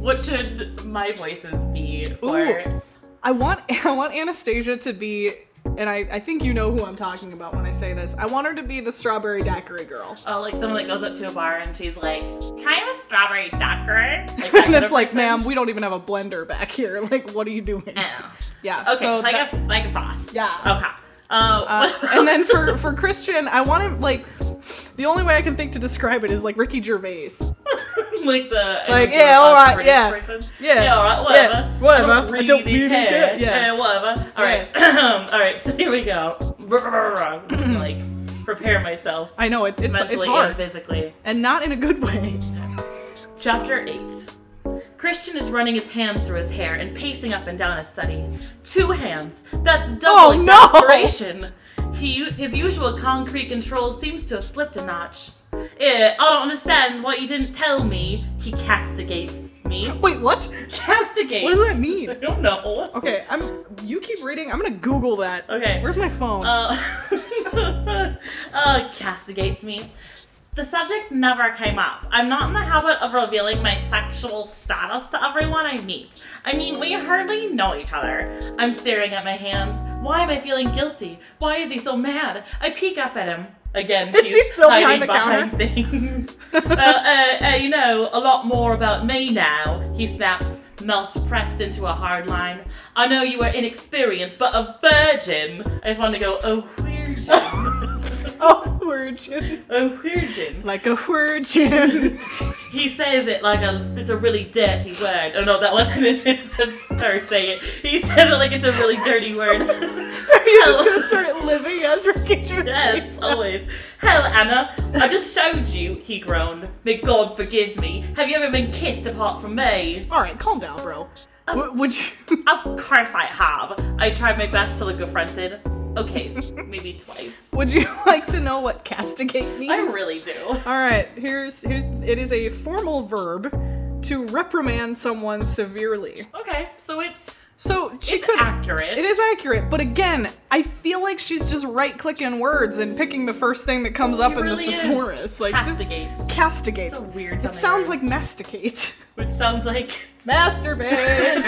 Speaker 2: what should my voices be?
Speaker 3: Ooh. I want <laughs> I want Anastasia to be, and I I think you know who I'm talking about when I say this. I want her to be the strawberry daiquiri girl.
Speaker 2: uh, like someone that goes up to a bar and she's like, "Can I have a strawberry daiquiri?" Like, that
Speaker 3: <laughs> And
Speaker 2: kind
Speaker 3: it's
Speaker 2: of
Speaker 3: like,
Speaker 2: person.
Speaker 3: <laughs> ma'am, we don't even have a blender back here. Like, what are you doing?
Speaker 2: Oh.
Speaker 3: Yeah.
Speaker 2: Okay,
Speaker 3: so
Speaker 2: like
Speaker 3: that-
Speaker 2: a like a boss.
Speaker 3: Yeah.
Speaker 2: Okay. Uh,
Speaker 3: uh,
Speaker 2: what-
Speaker 3: and then for for Christian, I want him like the only way I can think to describe it is like Ricky Gervais.
Speaker 2: <laughs> like the
Speaker 3: Like,
Speaker 2: the
Speaker 3: yeah, all right,
Speaker 2: British
Speaker 3: yeah.
Speaker 2: person.
Speaker 3: Yeah,
Speaker 2: all right, whatever,
Speaker 3: yeah, whatever,
Speaker 2: I don't really, care. Yeah, whatever. All right, <clears throat> all right. So here we go. <clears throat> I'm just gonna, like prepare myself
Speaker 3: I know it, it's
Speaker 2: mentally
Speaker 3: it's
Speaker 2: and
Speaker 3: hard
Speaker 2: physically.
Speaker 3: and not in a good way.
Speaker 2: Chapter 8. Christian is running his hands through his hair and pacing up and down his study. Two hands. That's double
Speaker 3: Oh, no!
Speaker 2: exasperation. He, his usual concrete control seems to have slipped a notch. Eh, I don't understand why you didn't tell me. He castigates me.
Speaker 3: Wait, what?
Speaker 2: Castigates.
Speaker 3: What does
Speaker 2: <laughs>
Speaker 3: that
Speaker 2: I
Speaker 3: mean?
Speaker 2: don't know.
Speaker 3: Okay, I'm. You keep reading. I'm gonna Google that.
Speaker 2: Okay. Um,
Speaker 3: Where's my phone?
Speaker 2: Uh, <laughs> uh, castigates me. The subject never came up. I'm not in the habit of revealing my sexual status to everyone I meet. I mean, we hardly know each other. I'm staring at my hands. Why am I feeling guilty? Why is he so mad? I peek up at him. Again,
Speaker 3: Is
Speaker 2: she's
Speaker 3: she still
Speaker 2: hiding
Speaker 3: behind the
Speaker 2: behind
Speaker 3: <laughs>
Speaker 2: things. uh, uh, uh, you know, a lot more about me now, he snaps, mouth pressed into a hard line. I know you were inexperienced, but a virgin. I just wanted to go, oh,
Speaker 3: <laughs>
Speaker 2: virgin.
Speaker 3: oh, virgin.
Speaker 2: oh, virgin.
Speaker 3: Like a
Speaker 2: <laughs>
Speaker 3: virgin.
Speaker 2: He says it like a it's a really dirty word. Oh no, that wasn't it. <laughs> That's her saying it. He says it like it's a really dirty word.
Speaker 3: <laughs> Are you just gonna start living as Ricky Gervais?
Speaker 2: Yes, always. Hell, Anna, I just showed you. He groaned. May God forgive me. Have you ever been kissed apart from me?
Speaker 3: All right, calm down, bro.
Speaker 2: Um,
Speaker 3: W- would you? <laughs>
Speaker 2: Of course I have. I tried my best to look affronted. Okay, maybe twice.
Speaker 3: Would you like to know what castigate means?
Speaker 2: I really do.
Speaker 3: All right, here's here's it is a formal verb to reprimand someone severely.
Speaker 2: Okay, so it's
Speaker 3: So she
Speaker 2: it's
Speaker 3: could
Speaker 2: accurate.
Speaker 3: It is accurate, but again, I feel like she's just right-clicking words and picking the first thing that comes up
Speaker 2: It really
Speaker 3: in the
Speaker 2: is.
Speaker 3: thesaurus. Like this-
Speaker 2: castigates.
Speaker 3: castigate.
Speaker 2: It's a weird.
Speaker 3: It
Speaker 2: sounding
Speaker 3: sounds
Speaker 2: word.
Speaker 3: like
Speaker 2: <laughs>
Speaker 3: masticate.
Speaker 2: which sounds like. <laughs>
Speaker 3: Masturbate.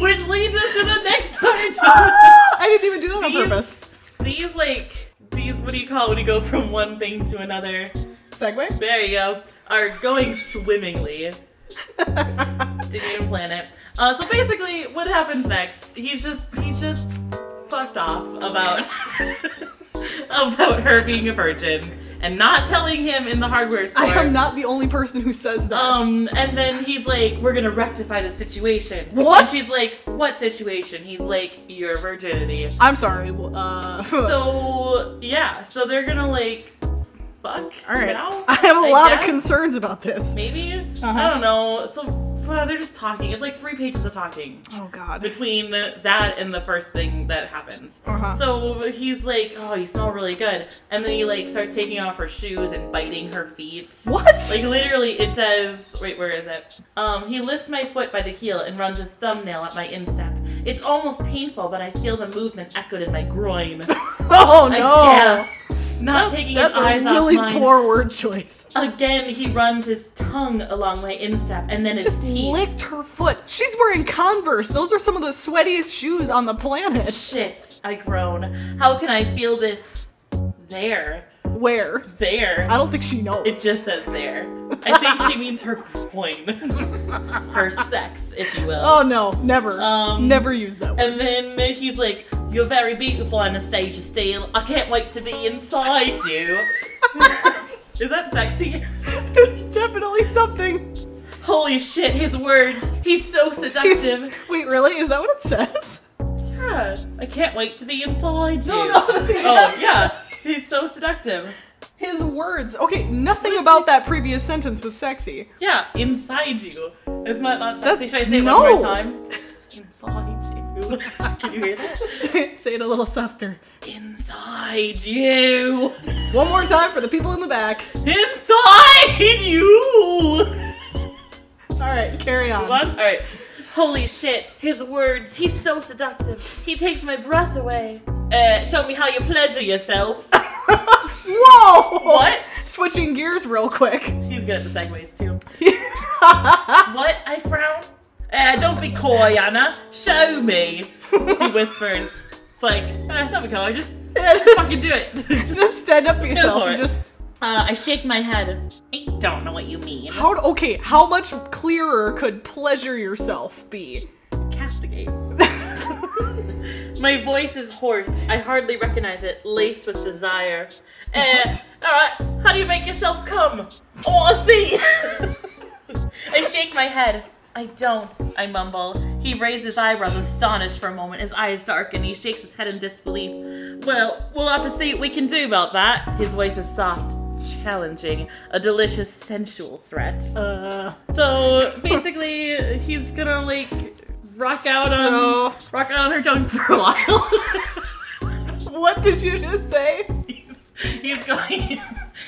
Speaker 2: Which leads us to the next
Speaker 3: Ah,
Speaker 2: part.
Speaker 3: I didn't even do that on purpose.
Speaker 2: these, <laughs> these like these what do you call it when you go from one thing to another?
Speaker 3: Segway.
Speaker 2: There you go. Are going
Speaker 3: <laughs>
Speaker 2: swimmingly. Didn't even plan it. Uh, so basically, what happens next? He's just he's just fucked off about <laughs> about her being a virgin and not telling him in the hardware store.
Speaker 3: I am not the only person who says that.
Speaker 2: Um, and then he's like, "We're gonna rectify the situation."
Speaker 3: What?
Speaker 2: And she's like, "What situation?" He's like, "Your virginity."
Speaker 3: I'm sorry. well, Uh, <laughs>
Speaker 2: So yeah, so they're gonna like fuck.
Speaker 3: all right.
Speaker 2: now,
Speaker 3: <laughs> I have a lot of
Speaker 2: guess?
Speaker 3: concerns about this.
Speaker 2: Maybe
Speaker 3: Uh-huh.
Speaker 2: I don't know. So well, they're just talking. It's like three pages of talking
Speaker 3: Oh God.
Speaker 2: between that and the first thing that happens.
Speaker 3: Uh-huh.
Speaker 2: So he's like, "Oh, you smell really good," and then he like starts taking off her shoes and biting her feet.
Speaker 3: What?
Speaker 2: Like literally, it says, wait, where is it? Um, he lifts my foot by the heel and runs his thumbnail at my instep. It's almost painful, but I feel the movement echoed in my
Speaker 3: <laughs>
Speaker 2: groin.
Speaker 3: oh
Speaker 2: I
Speaker 3: no.
Speaker 2: gasp, not taking
Speaker 3: That's
Speaker 2: his eyes
Speaker 3: a really
Speaker 2: off mine.
Speaker 3: poor word choice.
Speaker 2: Again, he runs his tongue along my instep and then his
Speaker 3: Just
Speaker 2: teeth.
Speaker 3: licked her foot. She's wearing Converse. Those are some of the sweatiest shoes on the planet.
Speaker 2: Shit! I groan. How can I feel this? There,
Speaker 3: Where?
Speaker 2: there.
Speaker 3: I don't think she knows.
Speaker 2: It just says there. I think she means her groin, <laughs> her sex, if you will.
Speaker 3: Oh no, never.
Speaker 2: Um,
Speaker 3: never use that word. <laughs>
Speaker 2: And then he's like, You're very beautiful on a stage of steel. I can't wait to be inside you. <laughs> Is that sexy?
Speaker 3: it's definitely something.
Speaker 2: Holy shit, his words. He's so seductive.
Speaker 3: Wait, really? Is that what it says? <laughs>
Speaker 2: Yeah, I can't wait to be inside you.
Speaker 3: No, no, the-
Speaker 2: oh, yeah. He's so seductive.
Speaker 3: His words. Okay, nothing about that previous sentence was sexy. <laughs>
Speaker 2: Yeah, inside you. Isn't that not
Speaker 3: That's-
Speaker 2: sexy? Should I say it
Speaker 3: no.
Speaker 2: one more time? Inside you. <laughs> Can you hear that?
Speaker 3: Say it a little softer.
Speaker 2: Inside you.
Speaker 3: One more time for the people in the back.
Speaker 2: Inside you.
Speaker 3: All right, carry on.
Speaker 2: One? Alright. Holy shit, his words, he's so seductive. He takes my breath away. Uh, show me how you pleasure
Speaker 3: <laughs>
Speaker 2: yourself.
Speaker 3: <laughs> Whoa!
Speaker 2: What?
Speaker 3: Switching gears real quick. <laughs>
Speaker 2: He's good at the segues too. What? I frown? Uh, don't be coy, Anna. Show me. He whispers. It's like, uh, don't be coy, just
Speaker 3: Yeah, just,
Speaker 2: fucking do it. just,
Speaker 3: just stand up for yourself
Speaker 2: for
Speaker 3: and
Speaker 2: it.
Speaker 3: just
Speaker 2: <laughs> uh, I shake my head. I don't know what you mean.
Speaker 3: How okay? How much clearer could pleasure yourself be?
Speaker 2: Castigate. My voice is hoarse. I hardly recognize it, laced with desire. Eh, alright, how do you make yourself come? Oh, I wanna see! <laughs> I shake my head. I don't, I mumble. He raises his eyebrows, astonished for a moment. His eyes darken. He shakes his head in disbelief. Well, we'll have to see what we can do about that. His voice is soft, challenging, a delicious, sensual threat.
Speaker 3: <laughs> Uh,
Speaker 2: So basically, he's gonna like rock out on
Speaker 3: So-
Speaker 2: rock out on her tongue for a while.
Speaker 3: what did you just say?
Speaker 2: he's, <laughs> he's going.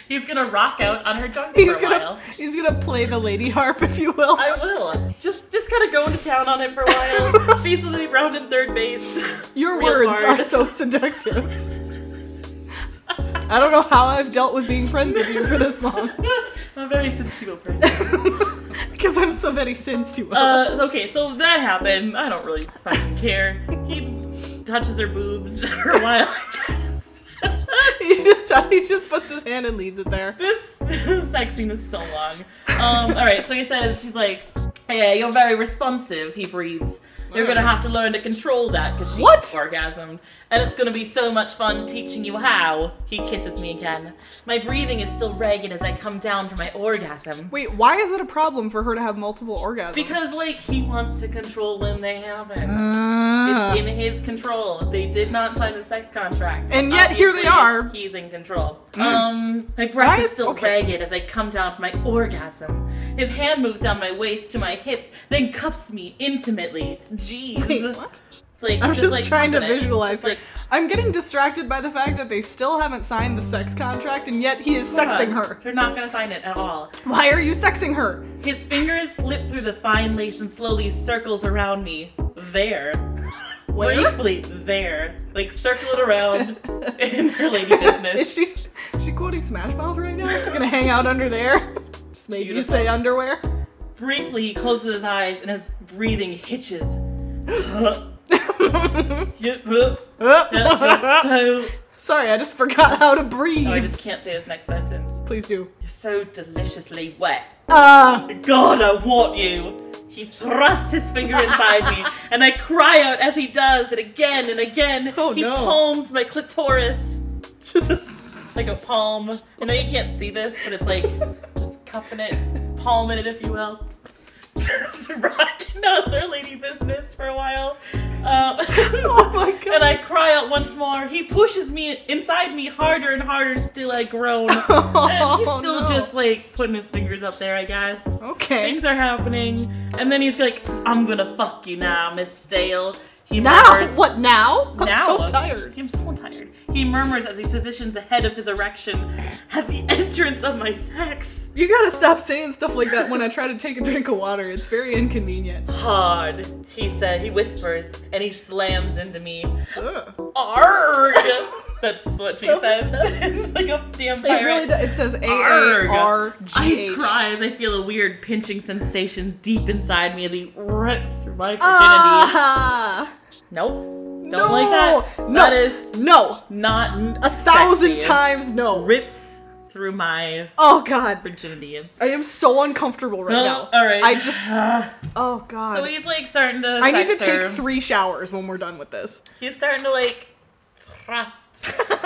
Speaker 2: He's gonna rock out on her tongue
Speaker 3: He's
Speaker 2: for a
Speaker 3: gonna
Speaker 2: while.
Speaker 3: he's gonna play the lady harp, if you will.
Speaker 2: I will. Just just kind of go into town on it for a
Speaker 3: <laughs>
Speaker 2: while. Basically, rounded third base.
Speaker 3: Your
Speaker 2: Real
Speaker 3: words
Speaker 2: hard.
Speaker 3: are so seductive. I don't know how I've dealt with being friends with you for this long.
Speaker 2: I'm a very sensual person.
Speaker 3: Because I'm so very sensual.
Speaker 2: Uh, okay, so that happened. I don't really fucking care. He touches her boobs <laughs> for a while. <laughs>
Speaker 3: he just he just puts his hand and leaves it there.
Speaker 2: this <laughs> sex scene is so long. Um, all right, so he says he's like, "Yeah, you're very responsive." He breathes. You're gonna have to learn to control that because she
Speaker 3: What?
Speaker 2: orgasmed, and it's gonna be so much fun teaching you how. He kisses me again. My breathing is still ragged as I come down from my orgasm.
Speaker 3: Wait, why is it a problem for her to have multiple orgasms?
Speaker 2: Because like he wants to control when they happen.
Speaker 3: Ah.
Speaker 2: It's in his control. They did not sign a sex contract.
Speaker 3: And yet, here they
Speaker 2: Obviously,
Speaker 3: are. Hmm.
Speaker 2: He's in control. Um, my breath
Speaker 3: Why
Speaker 2: is
Speaker 3: is-
Speaker 2: still
Speaker 3: okay.
Speaker 2: ragged as I come down from my orgasm. His hand moves down my waist to my hips, then cuffs me intimately. Jeez.
Speaker 3: Wait, what?
Speaker 2: It's like,
Speaker 3: I'm just
Speaker 2: like,
Speaker 3: trying to
Speaker 2: cuffing it.
Speaker 3: visualize
Speaker 2: It's
Speaker 3: her.
Speaker 2: like,
Speaker 3: I'm getting distracted by the fact that they still haven't signed the sex contract, and yet he is sexing
Speaker 2: "Fuck,
Speaker 3: her.
Speaker 2: You're not gonna sign it at all.
Speaker 3: Why are you sexing her?
Speaker 2: His fingers slip through the fine lace and slowly circles around me. There.
Speaker 3: <laughs> Where?
Speaker 2: Briefly there. Like circle it
Speaker 3: <laughs>
Speaker 2: around in her lady business.
Speaker 3: Is she is she quoting Smash Mouth right now? She's gonna hang out under there. <laughs> Just made you
Speaker 2: Beautiful.
Speaker 3: say underwear.
Speaker 2: Briefly, he closes his eyes and his breathing
Speaker 3: <laughs>
Speaker 2: hitches. You're so.
Speaker 3: <laughs> Sorry, I just forgot how to breathe.
Speaker 2: Oh, I just can't say this next sentence.
Speaker 3: Please do.
Speaker 2: <laughs> You're so deliciously wet.
Speaker 3: Ah,
Speaker 2: God, I want you. He thrusts his finger inside me, and I cry out as he does, and again and again.
Speaker 3: Oh,
Speaker 2: he
Speaker 3: no.
Speaker 2: palms my clitoris
Speaker 3: just
Speaker 2: like a palm. I know you can't see this, but it's like just cupping it, palming it, if you will. Just rocking out their lady business for a while. Um,
Speaker 3: <laughs>
Speaker 2: <laughs>
Speaker 3: Oh my god.
Speaker 2: And I cry out once more. He pushes me inside me harder and harder. Still, I
Speaker 3: <laughs>
Speaker 2: groan. And <laughs> he's still
Speaker 3: Oh, no.
Speaker 2: just like putting his fingers up there, I guess.
Speaker 3: okay.
Speaker 2: Things are happening, and then he's like, "I'm gonna fuck you now, Miss Stale." He
Speaker 3: Now
Speaker 2: murmurs.
Speaker 3: what? Now? I'm
Speaker 2: Now
Speaker 3: so tired.
Speaker 2: I'm so tired. He murmurs as he positions the head of his erection at the <laughs> entrance of my sex.
Speaker 3: You gotta stop saying stuff like that when I try to take a drink of water. It's very inconvenient.
Speaker 2: Hard, he said. He whispers, and he slams into me.
Speaker 3: Ugh.
Speaker 2: <laughs> Arg! That's what she <laughs> says. like a damn pirate.
Speaker 3: It really does. It says A
Speaker 2: Arg.
Speaker 3: A R G
Speaker 2: I
Speaker 3: H.
Speaker 2: cry as I feel a weird pinching sensation deep inside me as he rips through my virginity.
Speaker 3: Ah,
Speaker 2: nope. Don't
Speaker 3: no,
Speaker 2: like that.
Speaker 3: No,
Speaker 2: That is
Speaker 3: no,
Speaker 2: not
Speaker 3: a thousand
Speaker 2: sexy.
Speaker 3: times no.
Speaker 2: Rips through my
Speaker 3: Oh god,
Speaker 2: virginity.
Speaker 3: I am so uncomfortable right now.
Speaker 2: All right.
Speaker 3: I
Speaker 2: <sighs>
Speaker 3: just.
Speaker 2: so
Speaker 3: Oh god.
Speaker 2: he's like starting to.
Speaker 3: I need to
Speaker 2: sex
Speaker 3: take
Speaker 2: her.
Speaker 3: three showers when we're done with this.
Speaker 2: He's starting to like thrust. <laughs>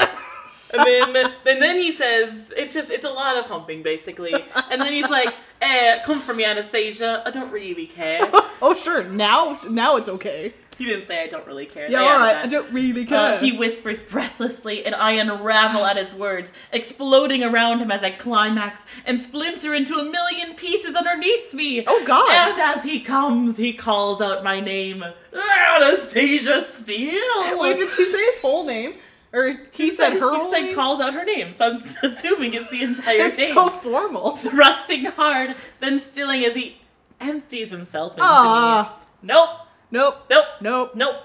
Speaker 2: and then and then he says it's just it's a lot of humping basically. And then he's like, eh, come for me, Anastasia. I don't really
Speaker 3: <laughs>
Speaker 2: care.
Speaker 3: Oh sure, now now it's okay.
Speaker 2: He didn't say I don't really care.
Speaker 3: Yeah,
Speaker 2: They
Speaker 3: all
Speaker 2: added
Speaker 3: right.
Speaker 2: that.
Speaker 3: I don't really care.
Speaker 2: Uh, he whispers breathlessly, and I unravel at his words, exploding around him as I climax and splinter into a million pieces underneath me.
Speaker 3: Oh, God.
Speaker 2: And as he comes, he calls out my name, Anastasia Steele.
Speaker 3: Wait, did she say his whole name? Or he, said, her
Speaker 2: He
Speaker 3: whole
Speaker 2: said
Speaker 3: name?
Speaker 2: calls out her name, so I'm <laughs> assuming it's the entire
Speaker 3: It's
Speaker 2: thing.
Speaker 3: so formal.
Speaker 2: Thrusting hard, then stilling as he empties himself into
Speaker 3: Ah.
Speaker 2: me. Nope,
Speaker 3: Nope.
Speaker 2: nope,
Speaker 3: Nope.
Speaker 2: Nope.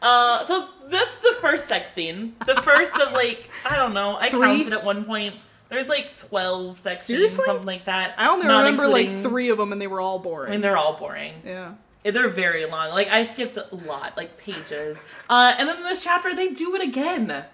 Speaker 2: Uh, so that's the first sex scene. The first of like I don't know. I
Speaker 3: Three?
Speaker 2: counted at one point. There's like twelve sex
Speaker 3: Seriously?
Speaker 2: scenes, something like that.
Speaker 3: I only
Speaker 2: not
Speaker 3: remember like
Speaker 2: including-
Speaker 3: three of them and they were all
Speaker 2: I
Speaker 3: boring.
Speaker 2: mean, they're all boring.
Speaker 3: yeah.
Speaker 2: They're very long. Like I skipped a lot, like pages. Uh, and then in this chapter, they do it again.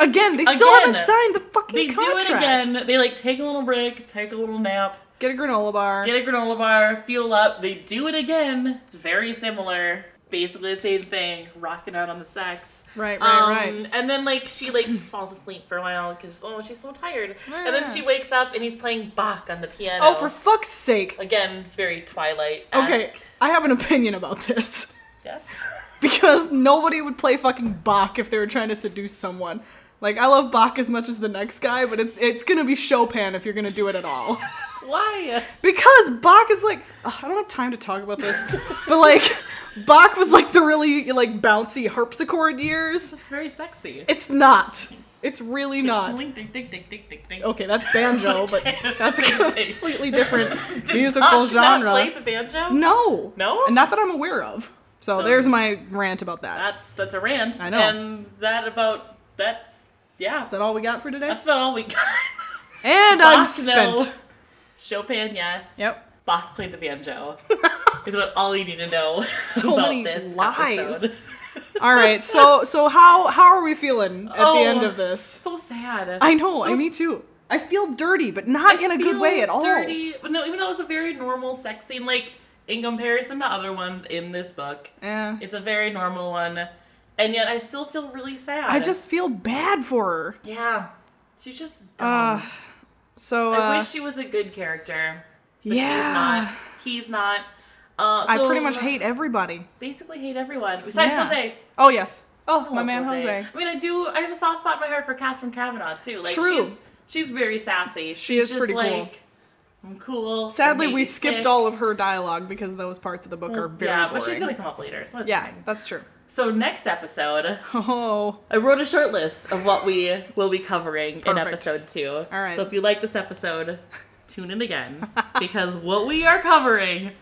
Speaker 3: Again, they still
Speaker 2: Again.
Speaker 3: haven't signed the fucking
Speaker 2: They
Speaker 3: contract.
Speaker 2: do it again. They like take a little break, take a little nap,
Speaker 3: Get a granola bar.
Speaker 2: get a granola bar, fuel up. They do it again. It's very similar. basically the same thing, rocking out on the sex.
Speaker 3: Right, right,
Speaker 2: Um,
Speaker 3: right.
Speaker 2: And then like she like <clears throat> falls asleep for a while because oh she's so tired, and then
Speaker 3: Yeah.
Speaker 2: she wakes up and he's playing Bach on the piano.
Speaker 3: Ah. Oh, for fuck's sake.
Speaker 2: again very Twilight.
Speaker 3: Okay, I have an opinion about this. <laughs>
Speaker 2: Yes. <laughs>
Speaker 3: Because nobody would play fucking Bach if they were trying to seduce someone. Like, I love Bach as much as the next guy, but it, it's gonna be Chopin if you're gonna do it at all. <laughs>
Speaker 2: Why?
Speaker 3: Because Bach is like, ugh, I don't have time to talk about this,
Speaker 2: <laughs>
Speaker 3: but like, Bach was like the really like bouncy harpsichord years.
Speaker 2: It's very sexy.
Speaker 3: It's not. It's really not.
Speaker 2: Ding, ding, ding, ding, ding, ding, ding. <laughs>
Speaker 3: Okay, that's banjo, but that's a
Speaker 2: Same thing.
Speaker 3: completely different
Speaker 2: <laughs> Did
Speaker 3: musical
Speaker 2: Bach not
Speaker 3: genre.
Speaker 2: play the banjo?
Speaker 3: No.
Speaker 2: No?
Speaker 3: Not that I'm aware of. So,
Speaker 2: So-
Speaker 3: there's my rant about that.
Speaker 2: That's that's a rant.
Speaker 3: I know.
Speaker 2: And that about that's yeah.
Speaker 3: Is that all we got for today?
Speaker 2: That's about all we got. <laughs>
Speaker 3: and I'm
Speaker 2: Bach, <laughs>
Speaker 3: spent.
Speaker 2: no. Chopin, yes.
Speaker 3: Yep.
Speaker 2: Bach played the banjo. <laughs> is about all you need to know
Speaker 3: <laughs> So
Speaker 2: about
Speaker 3: many
Speaker 2: this
Speaker 3: lies.
Speaker 2: episode. <laughs>
Speaker 3: All right. So so how how are we feeling at the end
Speaker 2: Oh.
Speaker 3: of this?
Speaker 2: So sad.
Speaker 3: I know.
Speaker 2: So
Speaker 3: I me too. I feel dirty, but not in a good
Speaker 2: feel
Speaker 3: way at all.
Speaker 2: Dirty. but No, even though it's a very normal sex scene, like in comparison to other ones in this book,
Speaker 3: Eh.
Speaker 2: it's a very normal one, and yet I still feel really sad.
Speaker 3: I just feel bad for her.
Speaker 2: yeah. She's just dumb.
Speaker 3: Uh, so uh,
Speaker 2: I wish she was a good character. But
Speaker 3: yeah,
Speaker 2: She's not. He's not. Uh,
Speaker 3: I
Speaker 2: so
Speaker 3: pretty much hate everybody.
Speaker 2: Basically, hate everyone besides
Speaker 3: Yeah.
Speaker 2: Jose.
Speaker 3: Oh yes. Oh,
Speaker 2: I
Speaker 3: my
Speaker 2: love
Speaker 3: man Jose.
Speaker 2: I mean, I do. I have a soft spot in my heart for Catherine Kavanaugh too. Like,
Speaker 3: True.
Speaker 2: She's, she's very sassy. She
Speaker 3: is pretty cool.
Speaker 2: I'm cool.
Speaker 3: Sadly,
Speaker 2: I'm
Speaker 3: we
Speaker 2: maybe
Speaker 3: skipped
Speaker 2: sick."
Speaker 3: all of her dialogue because those parts of the book are very
Speaker 2: yeah,
Speaker 3: boring.
Speaker 2: but she's gonna come up later. So that's
Speaker 3: yeah,
Speaker 2: fine.
Speaker 3: that's true. <laughs>
Speaker 2: So next episode,
Speaker 3: Oh,
Speaker 2: I wrote a short list of what we will be covering in
Speaker 3: Perfect.
Speaker 2: episode two. All
Speaker 3: right.
Speaker 2: So if you like this episode, tune in again because what we are covering: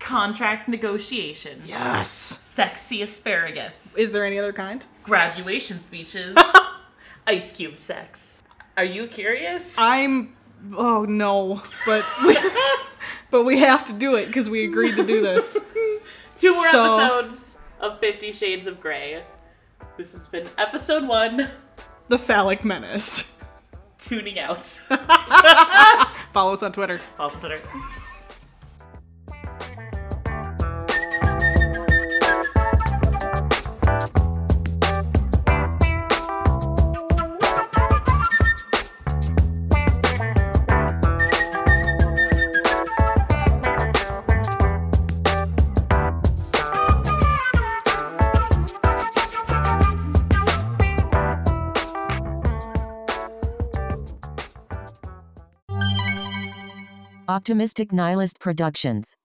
Speaker 2: contract negotiation,
Speaker 3: <laughs> yes.
Speaker 2: sexy asparagus,
Speaker 3: Is there any other kind?
Speaker 2: graduation <laughs> speeches, ice cube sex. Are you curious?
Speaker 3: I'm. Oh no, but we, <laughs> but we have to do it because we agreed to do this.
Speaker 2: <laughs> Two more
Speaker 3: so-
Speaker 2: episodes of Fifty Shades of Grey. This has been episode one.
Speaker 3: The phallic menace.
Speaker 2: Tuning out. <laughs>
Speaker 3: Follow us on Twitter.
Speaker 2: Off Twitter.
Speaker 1: Optimistic Nihilist Productions.